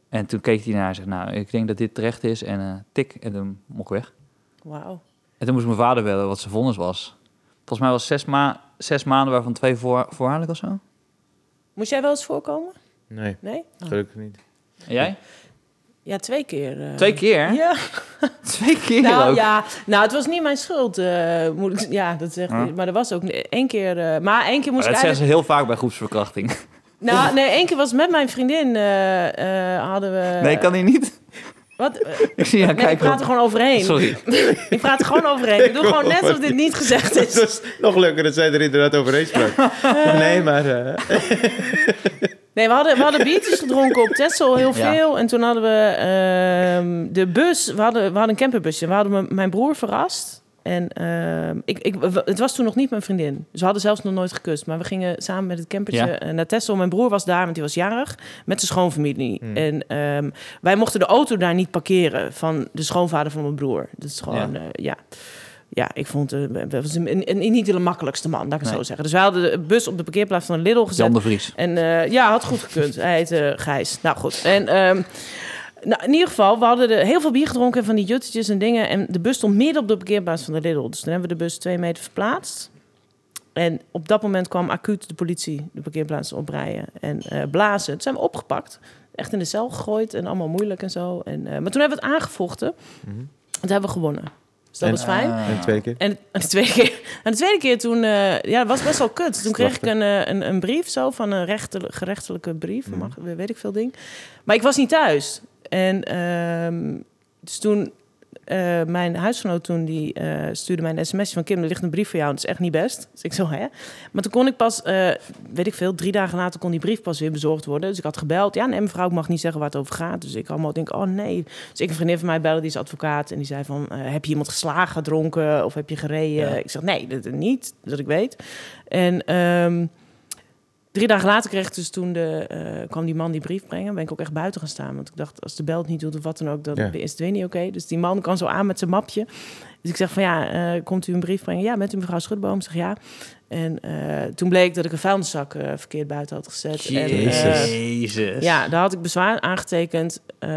A: En toen keek hij naar en zei... nou, ik denk dat dit terecht is. En eh, tik, en toen mocht ik weg.
C: Wauw.
A: En toen moest mijn vader bellen wat zijn vonnis was. Volgens mij was zes, ma zes maanden waarvan twee voor voorwaardelijk of zo.
C: Moest jij wel eens voorkomen?
B: Nee,
C: Nee? Oh.
B: gelukkig niet.
A: En jij?
C: Ja, twee keer. eh.
A: Twee keer?
C: Ja.
A: Twee keer
C: Nou
A: ook? Oh,
C: ja, nou, het was niet mijn schuld. eh, moet ik, ja, dat zegt
A: Huh?
C: Maar er was ook één keer. eh, maar
A: Maar
C: één keer moest
A: dat
C: ik
A: zeggen ze
C: eigenlijk.
A: heel vaak bij groepsverkrachting.
C: Nou, nee, één keer was met mijn vriendin. eh, eh, hadden we.
A: nee, kan die niet?
C: Wat? Eh,
A: Ik zie jou
C: nee, ik
A: kijken.
C: praat er gewoon overheen.
A: Sorry.
C: Ik praat er gewoon overheen. Ik doe gewoon net alsof dit niet gezegd
B: Het
C: is.
B: was nog leuker dat zij er inderdaad overheen sprak. Nee, maar... eh,
C: Nee, we hadden, we hadden biertjes gedronken op Texel, heel
A: Ja.
C: veel. En toen hadden we ehm, de bus, we hadden, we hadden een camperbusje. We hadden mijn- mijn broer verrast. En ehm, ik, ik, w- het was toen nog niet mijn vriendin. Dus we hadden zelfs nog nooit gekust. Maar we gingen samen met het campertje
A: Ja.
C: eh, naar Texel. Mijn broer was daar, want die was jarig, met zijn schoonfamilie.
A: Mm.
C: En ehm, wij mochten de auto daar niet parkeren van de schoonvader van mijn broer. Dat is gewoon,
A: Ja.
C: ja. ja. Ja, ik vond eh, het was een, een, een- niet de makkelijkste man, laat ik het
A: Nee.
C: zo zeggen. Dus wij hadden de bus op de parkeerplaats van Lidl gezet.
A: Jan de Vries.
C: En eh, ja, had goed gekund. Hij heette Gijs. Nou goed. En ehm, nou, in ieder geval, we hadden er heel veel bier gedronken van die juttetjes en dingen. En de bus stond midden op de parkeerplaats van de Lidl. Dus toen hebben we de bus twee meter verplaatst. En op dat moment kwam acuut de politie de parkeerplaats oprijden en eh, blazen. Toen zijn we opgepakt. Echt in de cel gegooid en allemaal moeilijk en zo. En, eh, maar toen hebben we het aangevochten.
B: Mhm.
C: Dat hebben we gewonnen. Dus dat
B: En-
C: was fijn.
A: Ah.
B: En de tweede keer?
C: En de tweede keer, en de tweede keer toen, eh, ja, dat was best wel kut. Toen kreeg ik
B: Slachten.
C: een, eh, een, een brief zo van een rechter, gerechtelijke brief,
B: Mhm.
C: mag, weet ik veel ding. Maar ik was niet thuis. En ehm, dus toen, eh, mijn huisgenoot toen, die eh, stuurde mij een smsje van Kim, er ligt een brief voor jou, en dat is echt niet best. Dus ik zo, hè? Maar toen kon ik pas, eh, weet ik veel, drie dagen later kon die brief pas weer bezorgd worden. Dus ik had gebeld. Ja, nee, mevrouw, ik mag niet zeggen waar het over gaat. Dus ik allemaal denk, oh nee. Dus ik een vriendin van mij belde, die is advocaat. En die zei van, eh, heb je iemand geslagen, dronken of heb je gereden?
A: Ja.
C: Ik zeg, nee, dat niet, dat ik weet. En ehm, drie dagen later kreeg ik dus toen de, eh, kwam die man die brief brengen. Ben ik ook echt buiten gaan staan. Want ik dacht, als de belt niet doet of wat dan ook, dan
B: Ja.
C: is het weer niet oké. Dus die man kwam zo aan met zijn mapje. Dus ik zeg van, ja, eh, komt u een brief brengen? Ja, met u mevrouw Schutboom? Ik zeg, ja. En eh, toen bleek dat ik een vuilniszak eh, verkeerd buiten had gezet. En, eh,
B: Jezus.
A: Jezus.
C: ja, daar had ik bezwaar aangetekend. Eh,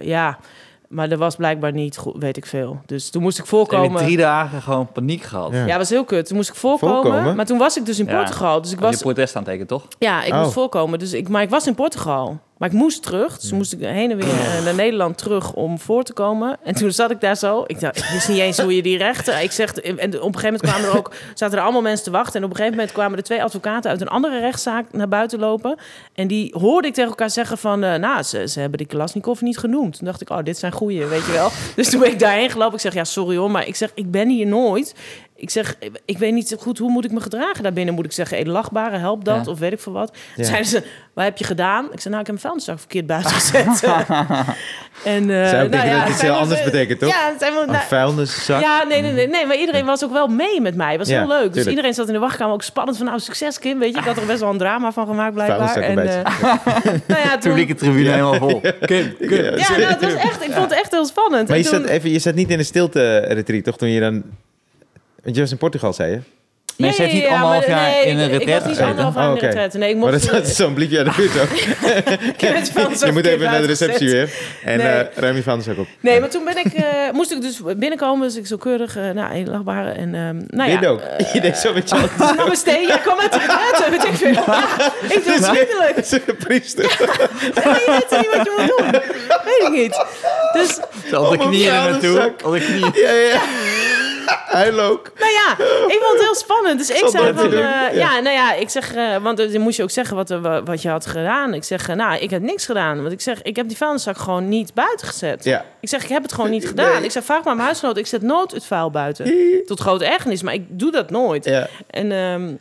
C: ja, maar dat was blijkbaar niet goed, weet ik veel. Dus toen moest ik
A: Heb je
C: voorkomen.
A: drie dagen gewoon paniek gehad.
B: Ja.
A: Ja.
C: Ja, was heel kut. Toen moest ik voorkomen.
B: Voorkomen?
C: Maar toen was ik dus in
A: Ja.
C: Portugal. Dus ik
A: Was... Je
C: was,
A: protest aantekent, toch?
C: ja, ik
B: Oh.
C: moest voorkomen. Dus ik, maar ik was in Portugal. Maar ik moest terug. Dus toen moest ik heen en weer eh, naar Nederland terug om voor te komen. En toen zat ik daar zo. Ik dacht, ik wist niet eens hoe je die rechten... Ik zeg, en op een gegeven moment kwamen er ook, zaten er allemaal mensen te wachten. En op een gegeven moment kwamen er twee advocaten uit een andere rechtszaak naar buiten lopen. En die hoorde ik tegen elkaar zeggen van... eh, nou, ze, ze hebben die Klasnikov niet genoemd. Toen dacht ik, oh, dit zijn goeie, weet je wel. Dus toen ben ik daarheen gelopen. Ik zeg, ja, sorry hoor, maar ik zeg, ik ben hier nooit. Ik zeg, ik weet niet zo goed hoe moet ik me gedragen daarbinnen. Moet ik zeggen, hey, lachbare, help dat
A: Ja.
C: of weet ik veel wat.
B: Ja.
C: Toen zeiden ze, wat heb je gedaan? Ik zei, nou, ik heb een vuilniszak verkeerd buiten gezet. en, eh,
B: Zij ook denken
C: nou ja,
B: dat het iets
C: zij
B: heel
C: was,
B: anders
C: eh,
B: betekent, toch?
C: Ja, zij was- nou,
B: Een vuilniszak. Mm.
C: ja, nee, nee, nee, nee, maar iedereen was ook wel mee met mij. Het was
B: Ja,
C: heel leuk. Dus
B: tuurlijk.
C: iedereen zat in de wachtkamer ook spannend van, nou, succes Kim, weet je. Ik had er best wel een drama van gemaakt blijkbaar.
B: Vuilniszak een
C: En, eh, nou ja, toen...
A: Publieke tribune helemaal vol. Kim, Kim.
B: Ja.
A: Ja.
C: Ja, nou, het was echt, ik vond het echt heel spannend.
B: Maar
C: En
B: je zat,
C: toen-
B: even, je zat niet in een stilte-retreat, toch? Toen je dan... Want je was in Portugal, zei je?
A: Nee, ze heeft niet
C: maar
A: anderhalf jaar
C: nee,
A: in een
C: ik- Ik
A: retraite
C: was niet
B: gezeten.
C: anderhalf jaar in
B: Oh,
C: een
B: oké.
C: retraite. Nee, ik
B: Maar
C: mocht...
B: dat zat zo'n blikje aan de buurt ook.
C: ik heb het vuilniszak
B: Je moet even
C: verkeerd
B: naar de receptie
C: uitgezet.
B: weer. En
C: Nee.
B: eh, ruim je vuilnis ook op.
C: Nee, maar toen ben ik, eh, moest ik dus binnenkomen. Dus ik zo keurig, eh nou, heel lachbaar. En, ehm nou ja,
B: Dit ook. je deed zo met je hand.
C: Toen nam een steen. Ja, kom uit de retraite. Weet ik veel. ik doe het
B: Dat
C: vriendelijk.
B: is een priester.
C: Nee, je weet niet wat je moet doen. Weet ik niet. Dus,
A: Op de
B: Om een
A: knieën naartoe.
B: vuilniszak.
A: Op de knieën.
B: Ja, ja. Hij ook.
C: nou ja, ik vond het heel spannend. Dus ik
B: Zat
C: zei
B: dat te
C: van,
B: doen?
C: eh,
B: Ja.
C: ja, nou ja, ik zeg, eh, want eh, dan moest je ook zeggen wat, eh, wa- wat je had gedaan. Ik zeg, eh, nou, ik heb niks gedaan. Want ik zeg, ik heb die vuilniszak gewoon niet buiten gezet.
B: Ja.
C: Ik zeg, ik heb het gewoon niet gedaan.
B: Nee.
C: Ik zeg, vaak maar mijn huisgenoot, ik zet nooit het vuil buiten. Tot grote ergernis, maar ik doe dat nooit.
B: ja.
C: En ehm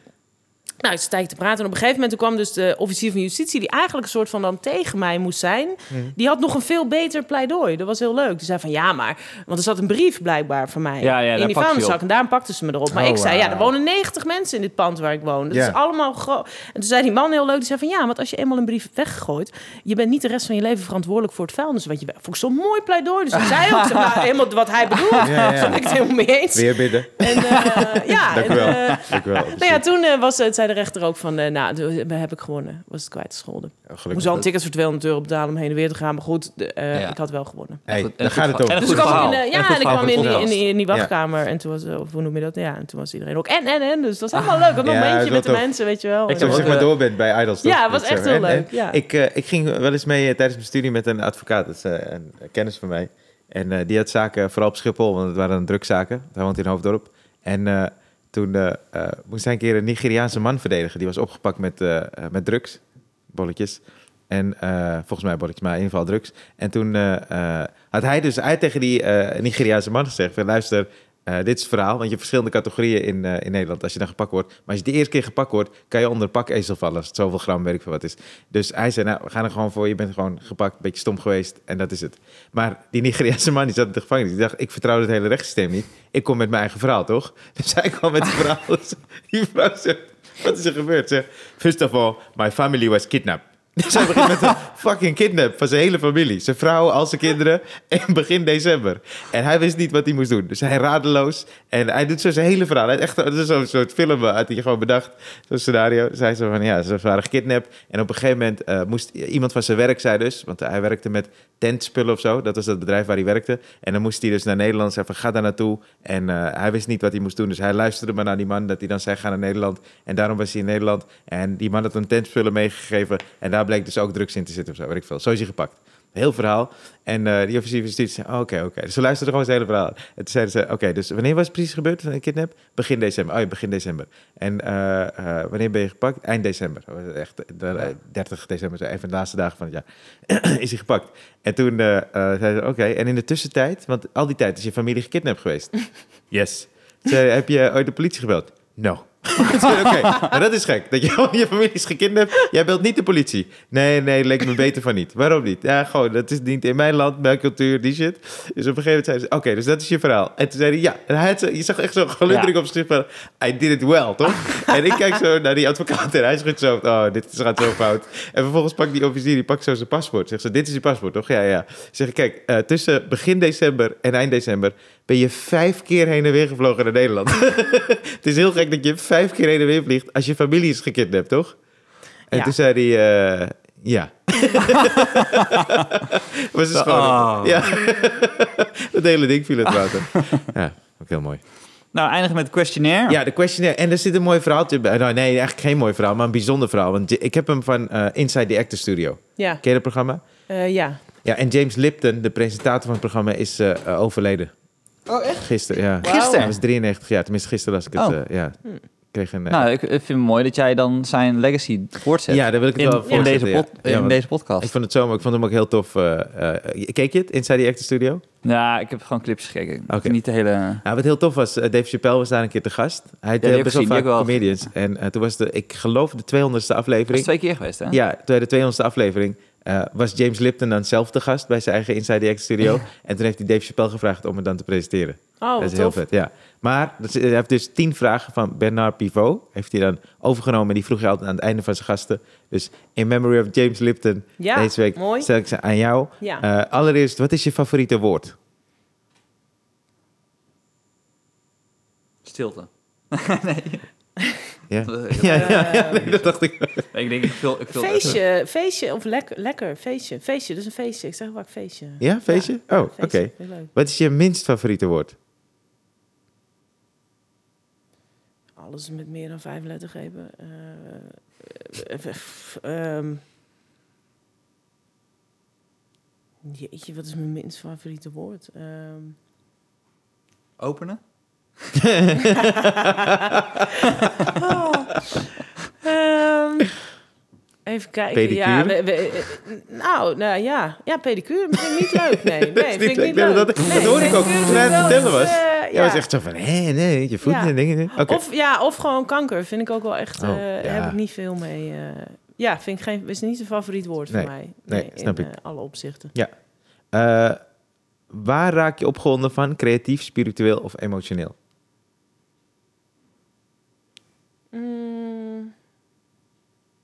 C: nou, ik stijg te praten. En op een gegeven moment toen kwam dus de officier van justitie... die eigenlijk een soort van dan tegen mij moest zijn.
B: Mhm.
C: Die had nog een veel beter pleidooi. Dat was heel leuk. Die zei van, ja maar... Want er zat een brief blijkbaar van mij
A: Ja, ja,
C: in
A: daar
C: die
A: pak je
C: vuilniszak.
A: op.
C: En daarom pakten ze me erop. Maar
A: Oh,
C: ik zei, ja, er
A: wauw.
C: wonen 90 mensen in dit pand waar ik woon. Dat
B: Ja.
C: is allemaal groot. En toen zei die man heel leuk, die zei van... ja, want als je eenmaal een brief hebt weggegooid... je bent niet de rest van je leven verantwoordelijk voor het vuilnis. Wat je... Vond ik zo'n mooi pleidooi. Dus ik zei ook nou, helemaal wat hij bedoelt. Daar
B: Ja,
C: ben ik het helemaal mee eens.
B: Weer bidden.
C: En, eh, ja,
B: Dank u
C: en,
B: wel.
C: eh,
B: Dank u wel.
C: nou ja, toen eh, was, het, zei de rechter ook van, eh, nou, de- we- heb ik gewonnen. Was het kwijtgescholden. Ik
B: Gelukkig.
C: moest al een ticket voor 200 euro betalen om heen en weer te gaan. Maar goed, de, eh,
A: Ja.
C: ik had wel gewonnen.
B: Hey,
A: Goed, en
B: daar
A: goed
B: gaat het
A: verhaal.
B: om.
A: En een
C: Dus
A: goed
C: ik kwam
A: verhaal.
C: in, eh,
A: En een
C: ja,
A: goed
C: en ik
A: verhaal
C: kwam
A: voor
C: in
A: de
C: die, in,
A: podcast.
C: die, in die
B: Ja.
C: wachtkamer. En toen was, eh, of hoe noem je dat? Ja, en toen was iedereen ook en, en, en. Dus dat was allemaal leuk. Een
B: Ja, dat
C: momentje
B: is
C: met de
B: wel tof.
C: mensen, weet je wel.
A: Ik
C: En
B: Zo
A: zou
C: dat-
B: zeg
A: zeggen,
B: maar door bent bij Idols. toch?
C: eh, Ja, het was
B: Dat
C: echt
B: zo,
C: heel
B: hè?
C: leuk, ja.
B: Ik, eh, ik ging wel eens mee eh, tijdens mijn studie met een advocaat. Dat is eh, een kennis van mij. En eh, die had zaken, vooral op Schiphol, want het waren dan drugzaken. Hij woont in Hoofddorp. En eh, toen eh, eh, moest hij een keer een Nigeriaanse man verdedigen. Die was opgepakt met, eh, eh, met drugs, bolletjes. En eh, volgens mij bolletjes, maar in ieder geval drugs. En toen eh, eh, had hij dus uit tegen die eh, Nigeriaanse man gezegd... Van, luister, eh, dit is het verhaal, want je hebt verschillende categorieën in, eh, in Nederland als je dan gepakt wordt. Maar als je de eerste keer gepakt wordt, kan je onder een pakezel vallen als het zoveel gram, weet ik veel wat is. Dus hij zei, nou, we gaan er gewoon voor, je bent gewoon gepakt, een beetje stom geweest en dat is het. Maar die Nigeriaanse man, die zat in de gevangenis, die dacht, ik vertrouw het hele rechtssysteem niet. Ik kom met mijn eigen verhaal, toch? Dus hij kwam met zijn verhaal. Dus die vrouw zegt, wat is er gebeurd? Zegt, first of all, my family was kidnapped. Zij begint met een fucking kidnap van zijn hele familie. Zijn vrouw, al zijn kinderen. En begin december. En hij wist niet wat hij moest doen. Dus hij radeloos. En hij doet zo zijn hele verhaal. Hij heeft echt, het is zo'n soort film uit die je gewoon bedacht. Zo'n scenario. Zij zo van, ja, ze waren gekidnapt. En op een gegeven moment eh, moest iemand van zijn werk, zij dus. Want hij werkte met tentspullen of zo. Dat was dat bedrijf waar hij werkte. En dan moest hij dus naar Nederland. Zei van, ga daar naartoe. En eh, hij wist niet wat hij moest doen. Dus hij luisterde maar naar die man. Dat hij dan zei, ga naar Nederland. En daarom was hij in Nederland. En die man had hem tentspullen meegegeven. En daar bleek dus ook drugs in te zitten of zo. Weet ik veel. Zo is hij gepakt. Heel verhaal. En eh, die officier van justitie zei, oh, oké, oké. Dus ze luisterden gewoon het hele verhaal. En toen zeiden ze, oké, dus wanneer was het precies gebeurd, een kidnap? Begin december. Oh ja, begin december. En eh, eh, wanneer ben je gepakt? Eind december. Dat was Echt, eh, 30 december, zo een van de laatste dagen van het jaar is hij gepakt. En toen eh eh, zei ze, oké, en in de tussentijd, want al die tijd is je familie gekidnapt geweest. yes. Zei, hij, heb je ooit de politie gebeld? No. Toen zei hij, oké, maar dat is gek. Dat je, je familie is gekidnapt, jij belt niet de politie. Nee, nee, leek me beter van niet. Waarom niet? Ja, gewoon, dat is niet in mijn land, mijn cultuur, die shit. Dus op een gegeven moment zei ze, oké, dus dat is je verhaal. En toen zei hij, ja. En hij had zo- je zag echt zo'n gelundruk
A: Ja.
B: op zich van, I did it well, toch? en ik kijk zo naar die advocaat en hij schudt zo, oh, dit gaat zo fout. En vervolgens pakt die officier, die pakt zo zijn paspoort. Zegt ze, dit is je paspoort, toch? Ja, ja. Zeg, kijk, eh, tussen begin december en eind december ben je vijf keer heen en weer gevlogen naar Nederland. Het is heel gek dat je vijf keer heen en weer vliegt als je familie is gekidnapt, toch? En
C: Ja.
B: toen zei hij, eh, ja. Was een schone.
A: Oh.
B: Ja. Het hele ding viel in het water. Ja, ook heel mooi.
A: Nou, eindigen met questionnaire.
B: Ja, de questionnaire. En er zit een mooi verhaaltje bij. Nou, nee, eigenlijk geen mooi verhaal, maar een bijzonder verhaal. Want J- ik heb hem van eh, Inside the Actors Studio.
C: Ja,
B: Ken je dat programma?
C: eh, ja.
B: Ja, en James Lipton, de presentator van het programma, is eh, eh, overleden.
A: Oh, echt?
B: Gisteren, ja.
A: Gisteren?
B: Hij was 93 jaar. Tenminste, gisteren las ik het,
A: Oh.
B: eh, ja. Kreeg een... eh,
A: Nou, ik, ik vind het mooi dat jij dan zijn legacy voortzet.
B: ja, daar wil ik het
A: in,
B: wel voor
A: in, deze
B: zetten, ja.
A: pod-
B: Ja,
A: in
B: want
A: deze podcast.
B: Ik vond het zo, maar ik vond hem ook heel tof. eh, eh, keek je het, Inside the Actors Studio?
A: Ja, ik heb gewoon clips gekeken.
B: Oké.
A: Niet de hele...
B: Ja, wat heel tof was, eh, Dave Chappelle was daar een keer te gast. Hij deed
A: die heb ik
B: best wel
A: gezien,
B: vaak
A: die heb ik wel
B: comedians. En eh, toen was de, ik geloof, de 200ste
A: Dat is
B: aflevering.
A: twee keer geweest, hè?
B: Ja, toen de 200ste aflevering eh, was James Lipton dan zelf de gast bij zijn eigen Inside the Act Studio. En toen heeft hij Dave Chappelle gevraagd om het dan te presenteren.
C: Oh,
B: dat
C: wat
B: is heel
C: tof.
B: vet, ja. Maar dat is- hij heeft dus tien vragen van Bernard Pivot. Heeft hij dan overgenomen. En die vroeg hij altijd aan het einde van zijn gasten. Dus in memory of James Lipton
C: Ja,
B: deze week
C: mooi.
B: stel ik ze aan jou.
C: Ja.
B: Eh, allereerst, wat is je favoriete woord?
A: Stilte.
B: Ja,
A: Ik
B: ja, ja, ja, nee, dat dacht ik.
A: denk, ik vul... Ik vul
C: Feestje, feestje of lekker, lekker, feestje. Feestje, dus een feestje. Ik zeg vaak feestje.
B: Ja, feestje? Oh, oké.
C: Feestje, vind ik leuk.
B: Wat is je minst favoriete woord?
C: Alles met meer dan vijf lettergrepen. Eh, eh, eh, f- ehm. jeetje, wat is mijn minst favoriete woord? Ehm,
A: Openen?
C: Oh, ehm, even kijken.
B: Pedicure?
C: Ja, we- we- eh, nou, nou ja. Ja, pedicure vind ik niet leuk. Nee, nee vind ik niet
B: Nee,
C: leuk.
B: Dat, dat
C: Nee,
B: hoorde ik ook
C: pedicure
B: toen hij aan het
C: vind ik
B: vertellen
C: wel
B: was.
C: eens, eh,
B: Jij was echt zo van, hé, nee, je voeten
C: Ja.
B: en dingen. Oké.
C: Of, ja, of gewoon kanker vind ik ook wel echt. eh
B: Oh, ja.
C: Heb ik niet veel mee. eh. ja, vind ik geen, is niet een favoriet woord
B: Nee,
C: voor mij.
B: nee, snap
C: in,
B: ik.
C: eh, alle opzichten.
B: Eh, waar raak je opgewonden van? Creatief, spiritueel of emotioneel?
C: Mm,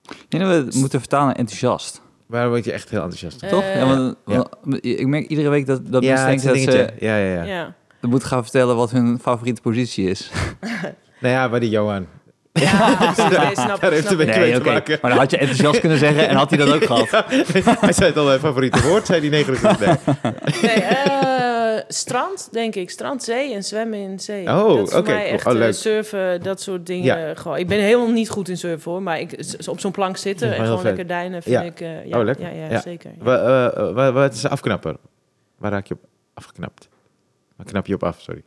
A: Ik denk dat we het moeten vertalen naar enthousiast.
B: Waar word je echt heel enthousiast van?
C: Eh,
A: Toch? Ja, want, want ik merk iedere week dat, dat mensen
B: het is
A: denken dat eh,
B: een
A: ze
B: dingetje. ja, ja, ja,
C: ja. ja.
A: moeten gaan vertellen wat hun favoriete positie is.
B: Nou ja, maar die Johan.
C: precies, nee, snap,
B: Daar
C: ik,
B: heeft
C: snap
B: een
C: ik.
B: beetje mee te maken.
A: Maar dan had je enthousiast kunnen zeggen en had hij dat ook gehad.
B: Ja, hij zei het al, mijn favoriete woord, zei die 29. Nee.
C: Nee, eh, strand, denk ik. Strand, zee en zwemmen in zee.
B: Oh,
C: Dat is voor
B: oké,
C: mij
B: cool.
C: echt
B: Oh,
C: eh,
B: leuk.
C: surfen, dat soort dingen. eh, Gewoon. Ik ben helemaal niet goed in surfen hoor. Maar ik, s- op zo'n plank
B: Ja,
C: zitten en
B: heel
C: gewoon
B: vet.
C: lekker deinen vind
B: Ja.
C: ik... eh, ja,
B: Oh, lekker.
C: Ja, ja,
B: Ja.
C: zeker. ja.
B: Wa- eh, eh, wa- Wat is een afknapper? Waar raak je op afgeknapt? Waar knap je op af, sorry.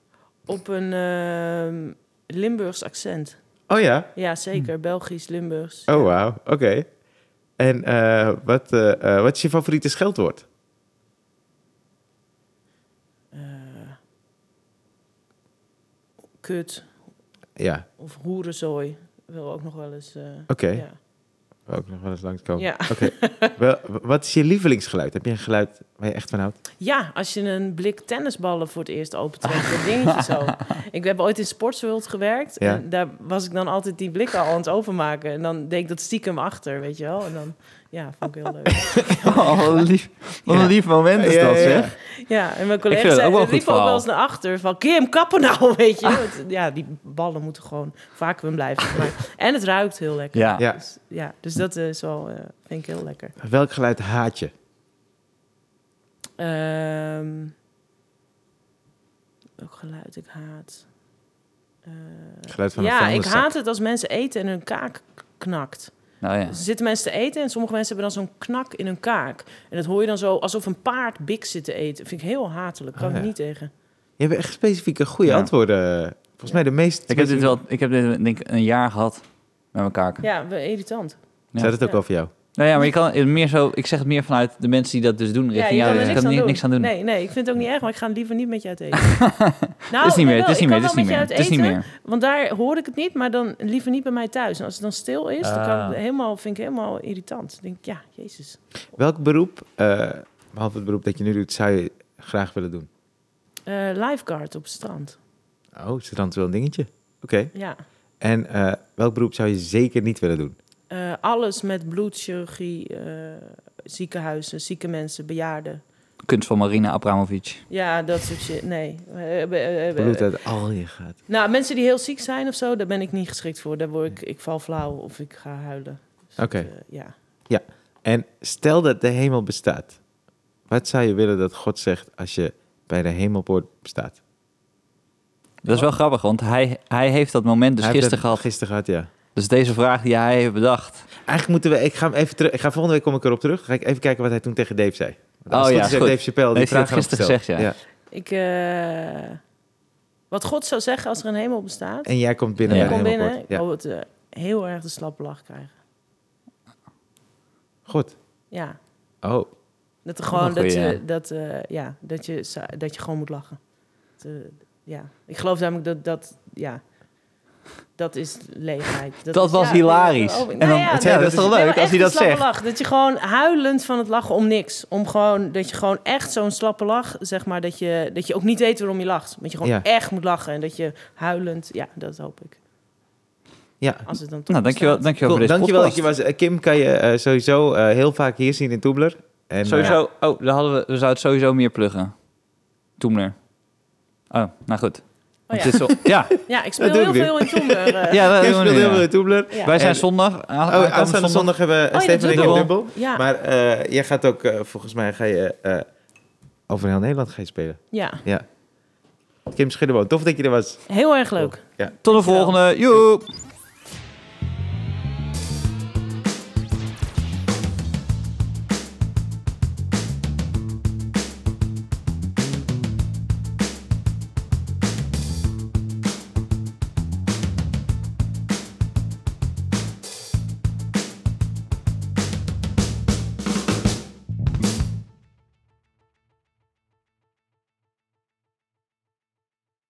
C: Op een ehm, Limburgs accent.
B: Oh ja?
C: Ja, zeker. Belgisch, Limburgs.
B: Oh, wauw. Oké. En eh, wat, eh, eh, wat is je favoriete scheldwoord?
C: Eh, kut
B: Ja,
C: of hoerenzooi. Wil ook nog wel eens. eh,
B: oké.
C: ja.
B: Ook nog wel eens
A: Oh.
B: langskomen.
C: Ja.
B: Oké. Wel, wat is je lievelingsgeluid? Heb je een geluid waar je echt van houdt?
C: ja, als je een blik tennisballen voor het eerst opentrekt, dat dingetje zo. Ik heb ooit in Sportsworld gewerkt
B: Ja.
C: en daar was ik dan altijd die blikken al aan het openmaken. En dan deed ik dat stiekem achter, weet je wel. En dan, Ja, vond ik heel leuk.
A: Oh, wat een lief, wat een
B: Ja.
A: lief moment is
B: Ja,
A: dat,
B: ja, ja.
A: zeg.
C: Ja, en mijn
A: Ik vind het ook
C: collega's
A: wel een
C: zeiden-
A: goed
C: liepen ook wel eens
A: verhaal.
C: naar achter van Kim, kappen nou, weet je. Want, ja, die ballen moeten gewoon vacuüm blijven. Maar- en het ruikt heel lekker.
A: Ja.
B: Ja.
C: Dus, ja, dus dat is wel, eh, vind ik heel lekker.
B: Welk geluid haat je?
C: Eh, Ehm welk geluid ik haat. Eh,
B: Geluid van een
C: ja, ik
B: vuilniszak.
C: haat het als mensen eten en hun kaak knakt.
A: Nou ja.
C: Er zitten mensen te eten en sommige mensen hebben dan zo'n knak in hun kaak. En dat hoor je dan zo alsof een paard bik zit te eten. vind ik heel hatelijk, kan
B: Oh,
C: ik
B: ja.
C: niet tegen.
B: Je hebt echt specifieke goede
A: Ja.
B: antwoorden. Volgens mij de meest...
A: Ik heb dit wel, ik heb dit denk ik een jaar gehad met mijn kaken.
C: Ja, we- irritant.
B: Staat het ook
C: Ja.
B: over jou?
A: Nou ja, maar je kan het meer zo, ik zeg het meer vanuit de mensen die dat dus doen.
C: Ja,
A: Richting
C: je
A: jou,
C: kan
A: dus
C: er
A: ik kan
C: niks, aan
A: ni-
C: doen.
A: niks aan doen.
C: Nee, nee, ik vind het ook niet erg, maar ik ga liever niet met jou uit eten. nou,
A: het is niet meer, het
C: jawel,
A: is niet
C: ik
A: meer,
C: kan
A: het is
C: wel
A: niet
C: met je
A: meer.
C: uit
A: Het is niet
C: eten,
A: meer.
C: Want daar hoorde ik het niet, maar dan liever niet bij mij thuis. En als het dan stil is, dan kan ik
A: Ah.
C: helemaal, vind ik helemaal irritant. Dan denk ik, ja, jezus.
B: Welk beroep, eh, behalve het beroep dat je nu doet, zou je graag willen doen?
C: Eh lifeguard op het strand.
B: Oh, is dat dan wel een dingetje? Oké.
C: Ja.
B: En eh, welk beroep zou je zeker niet willen doen?
C: Eh, alles met bloedchirurgie, eh, ziekenhuizen, zieke mensen, bejaarden.
A: Kunst van Marina Abramovic.
C: Ja, dat soort shit. Nee. Eh, eh, eh, eh,
B: Bloed uit al je gaat.
C: nou, mensen die heel ziek zijn of zo, daar ben ik niet geschikt voor. Daar word ik, ik val flauw of ik ga huilen. Dus dat,
B: Oké.
C: eh, ja.
B: En stel dat de hemel bestaat. Wat zou je willen dat God zegt als je bij de hemelpoort bestaat?
A: Dat
C: Oh.
A: is wel grappig, want hij, hij heeft dat moment dus
B: Hij heeft
A: gisteren
B: dat
A: gehad.
B: Gisteren gehad, ja.
A: Dus deze vraag die hij heeft bedacht.
B: Eigenlijk moeten we... Ik ga hem even terug... Ik ga volgende week kom ik erop terug. Ga ik even kijken wat hij toen tegen Dave zei. Want als
A: Oh
B: het
A: ja,
B: is, heeft
A: goed.
B: Dave Chappelle die
A: Heeft hij
B: vraag
A: dat
B: aan hem
A: gisteren
B: gesteld.
A: gezegd,
C: Ik, eh, wat God zou zeggen als er een hemel bestaat.
B: En jij komt binnen
A: Ja.
B: bij
C: ik
B: de
C: kom
B: hemelpoort.
C: binnen, ik
B: Ja.
C: wou het eh, heel erg de slappe lach krijgen.
B: Goed.
C: Ja.
B: Oh,
C: Dat er
A: Ook
C: gewoon,
A: een
C: dat,
A: goeie,
C: je, dat, eh, ja, dat, je, za- dat je gewoon moet lachen. Dat, eh, ja. Ik geloof namelijk dat dat, ja, dat is leegheid.
A: Dat
C: is-
A: was
C: ja,
A: hilarisch.
C: dat- oh,
A: En
C: nou
A: dan-
C: ja,
A: het- ja, dat is toch
C: nee, maar
A: leuk als
C: echt
A: hij
C: een
A: dat
C: slappe
A: zegt.
C: Lach, dat je gewoon huilend van het lachen om niks. Om gewoon, dat je gewoon echt zo'n slappe lach, zeg maar, dat je, dat je ook niet weet waarom je lacht. Dat je gewoon
B: Ja.
C: echt moet lachen en dat je huilend, ja, dat hoop ik.
B: ja.
C: Als het dan toch
A: Nou, dankjewel,
C: bestaat.
A: dankjewel
B: Cool,
A: voor deze
B: dankjewel dat
A: podcast.
B: je was. Eh, Kim kan je eh, sowieso eh, heel vaak hier zien in Toebler. En, eh,
A: Sowieso, oh, daar hadden we, we zouden het sowieso meer pluggen. Toemler. Oh, nou goed.
C: Oh
A: Want
C: ja.
A: het is zo- ja.
C: Ja, ik speel
B: Dat doe
C: heel
B: ik nu.
C: veel in Tomber. eh.
A: ja, dat
B: Kim
A: doen we
B: speelt
A: nu,
B: heel
A: ja.
B: veel in Toebler.
C: Ja.
A: Wij zijn
B: En-
A: zondag. aan-
B: Oh,
A: aankomende
B: aanstaande zondag hebben we
C: Oh ja,
B: Stefan en
C: dubbel.
B: ik dubbel.
C: Ja.
B: Maar eh, jij gaat ook, eh, volgens mij ga je eh, over heel Nederland gaan spelen.
C: ja,
B: Ja. Kim Schidderboom, tof dat je er was.
C: heel erg leuk.
A: Tot de volgende. Joep.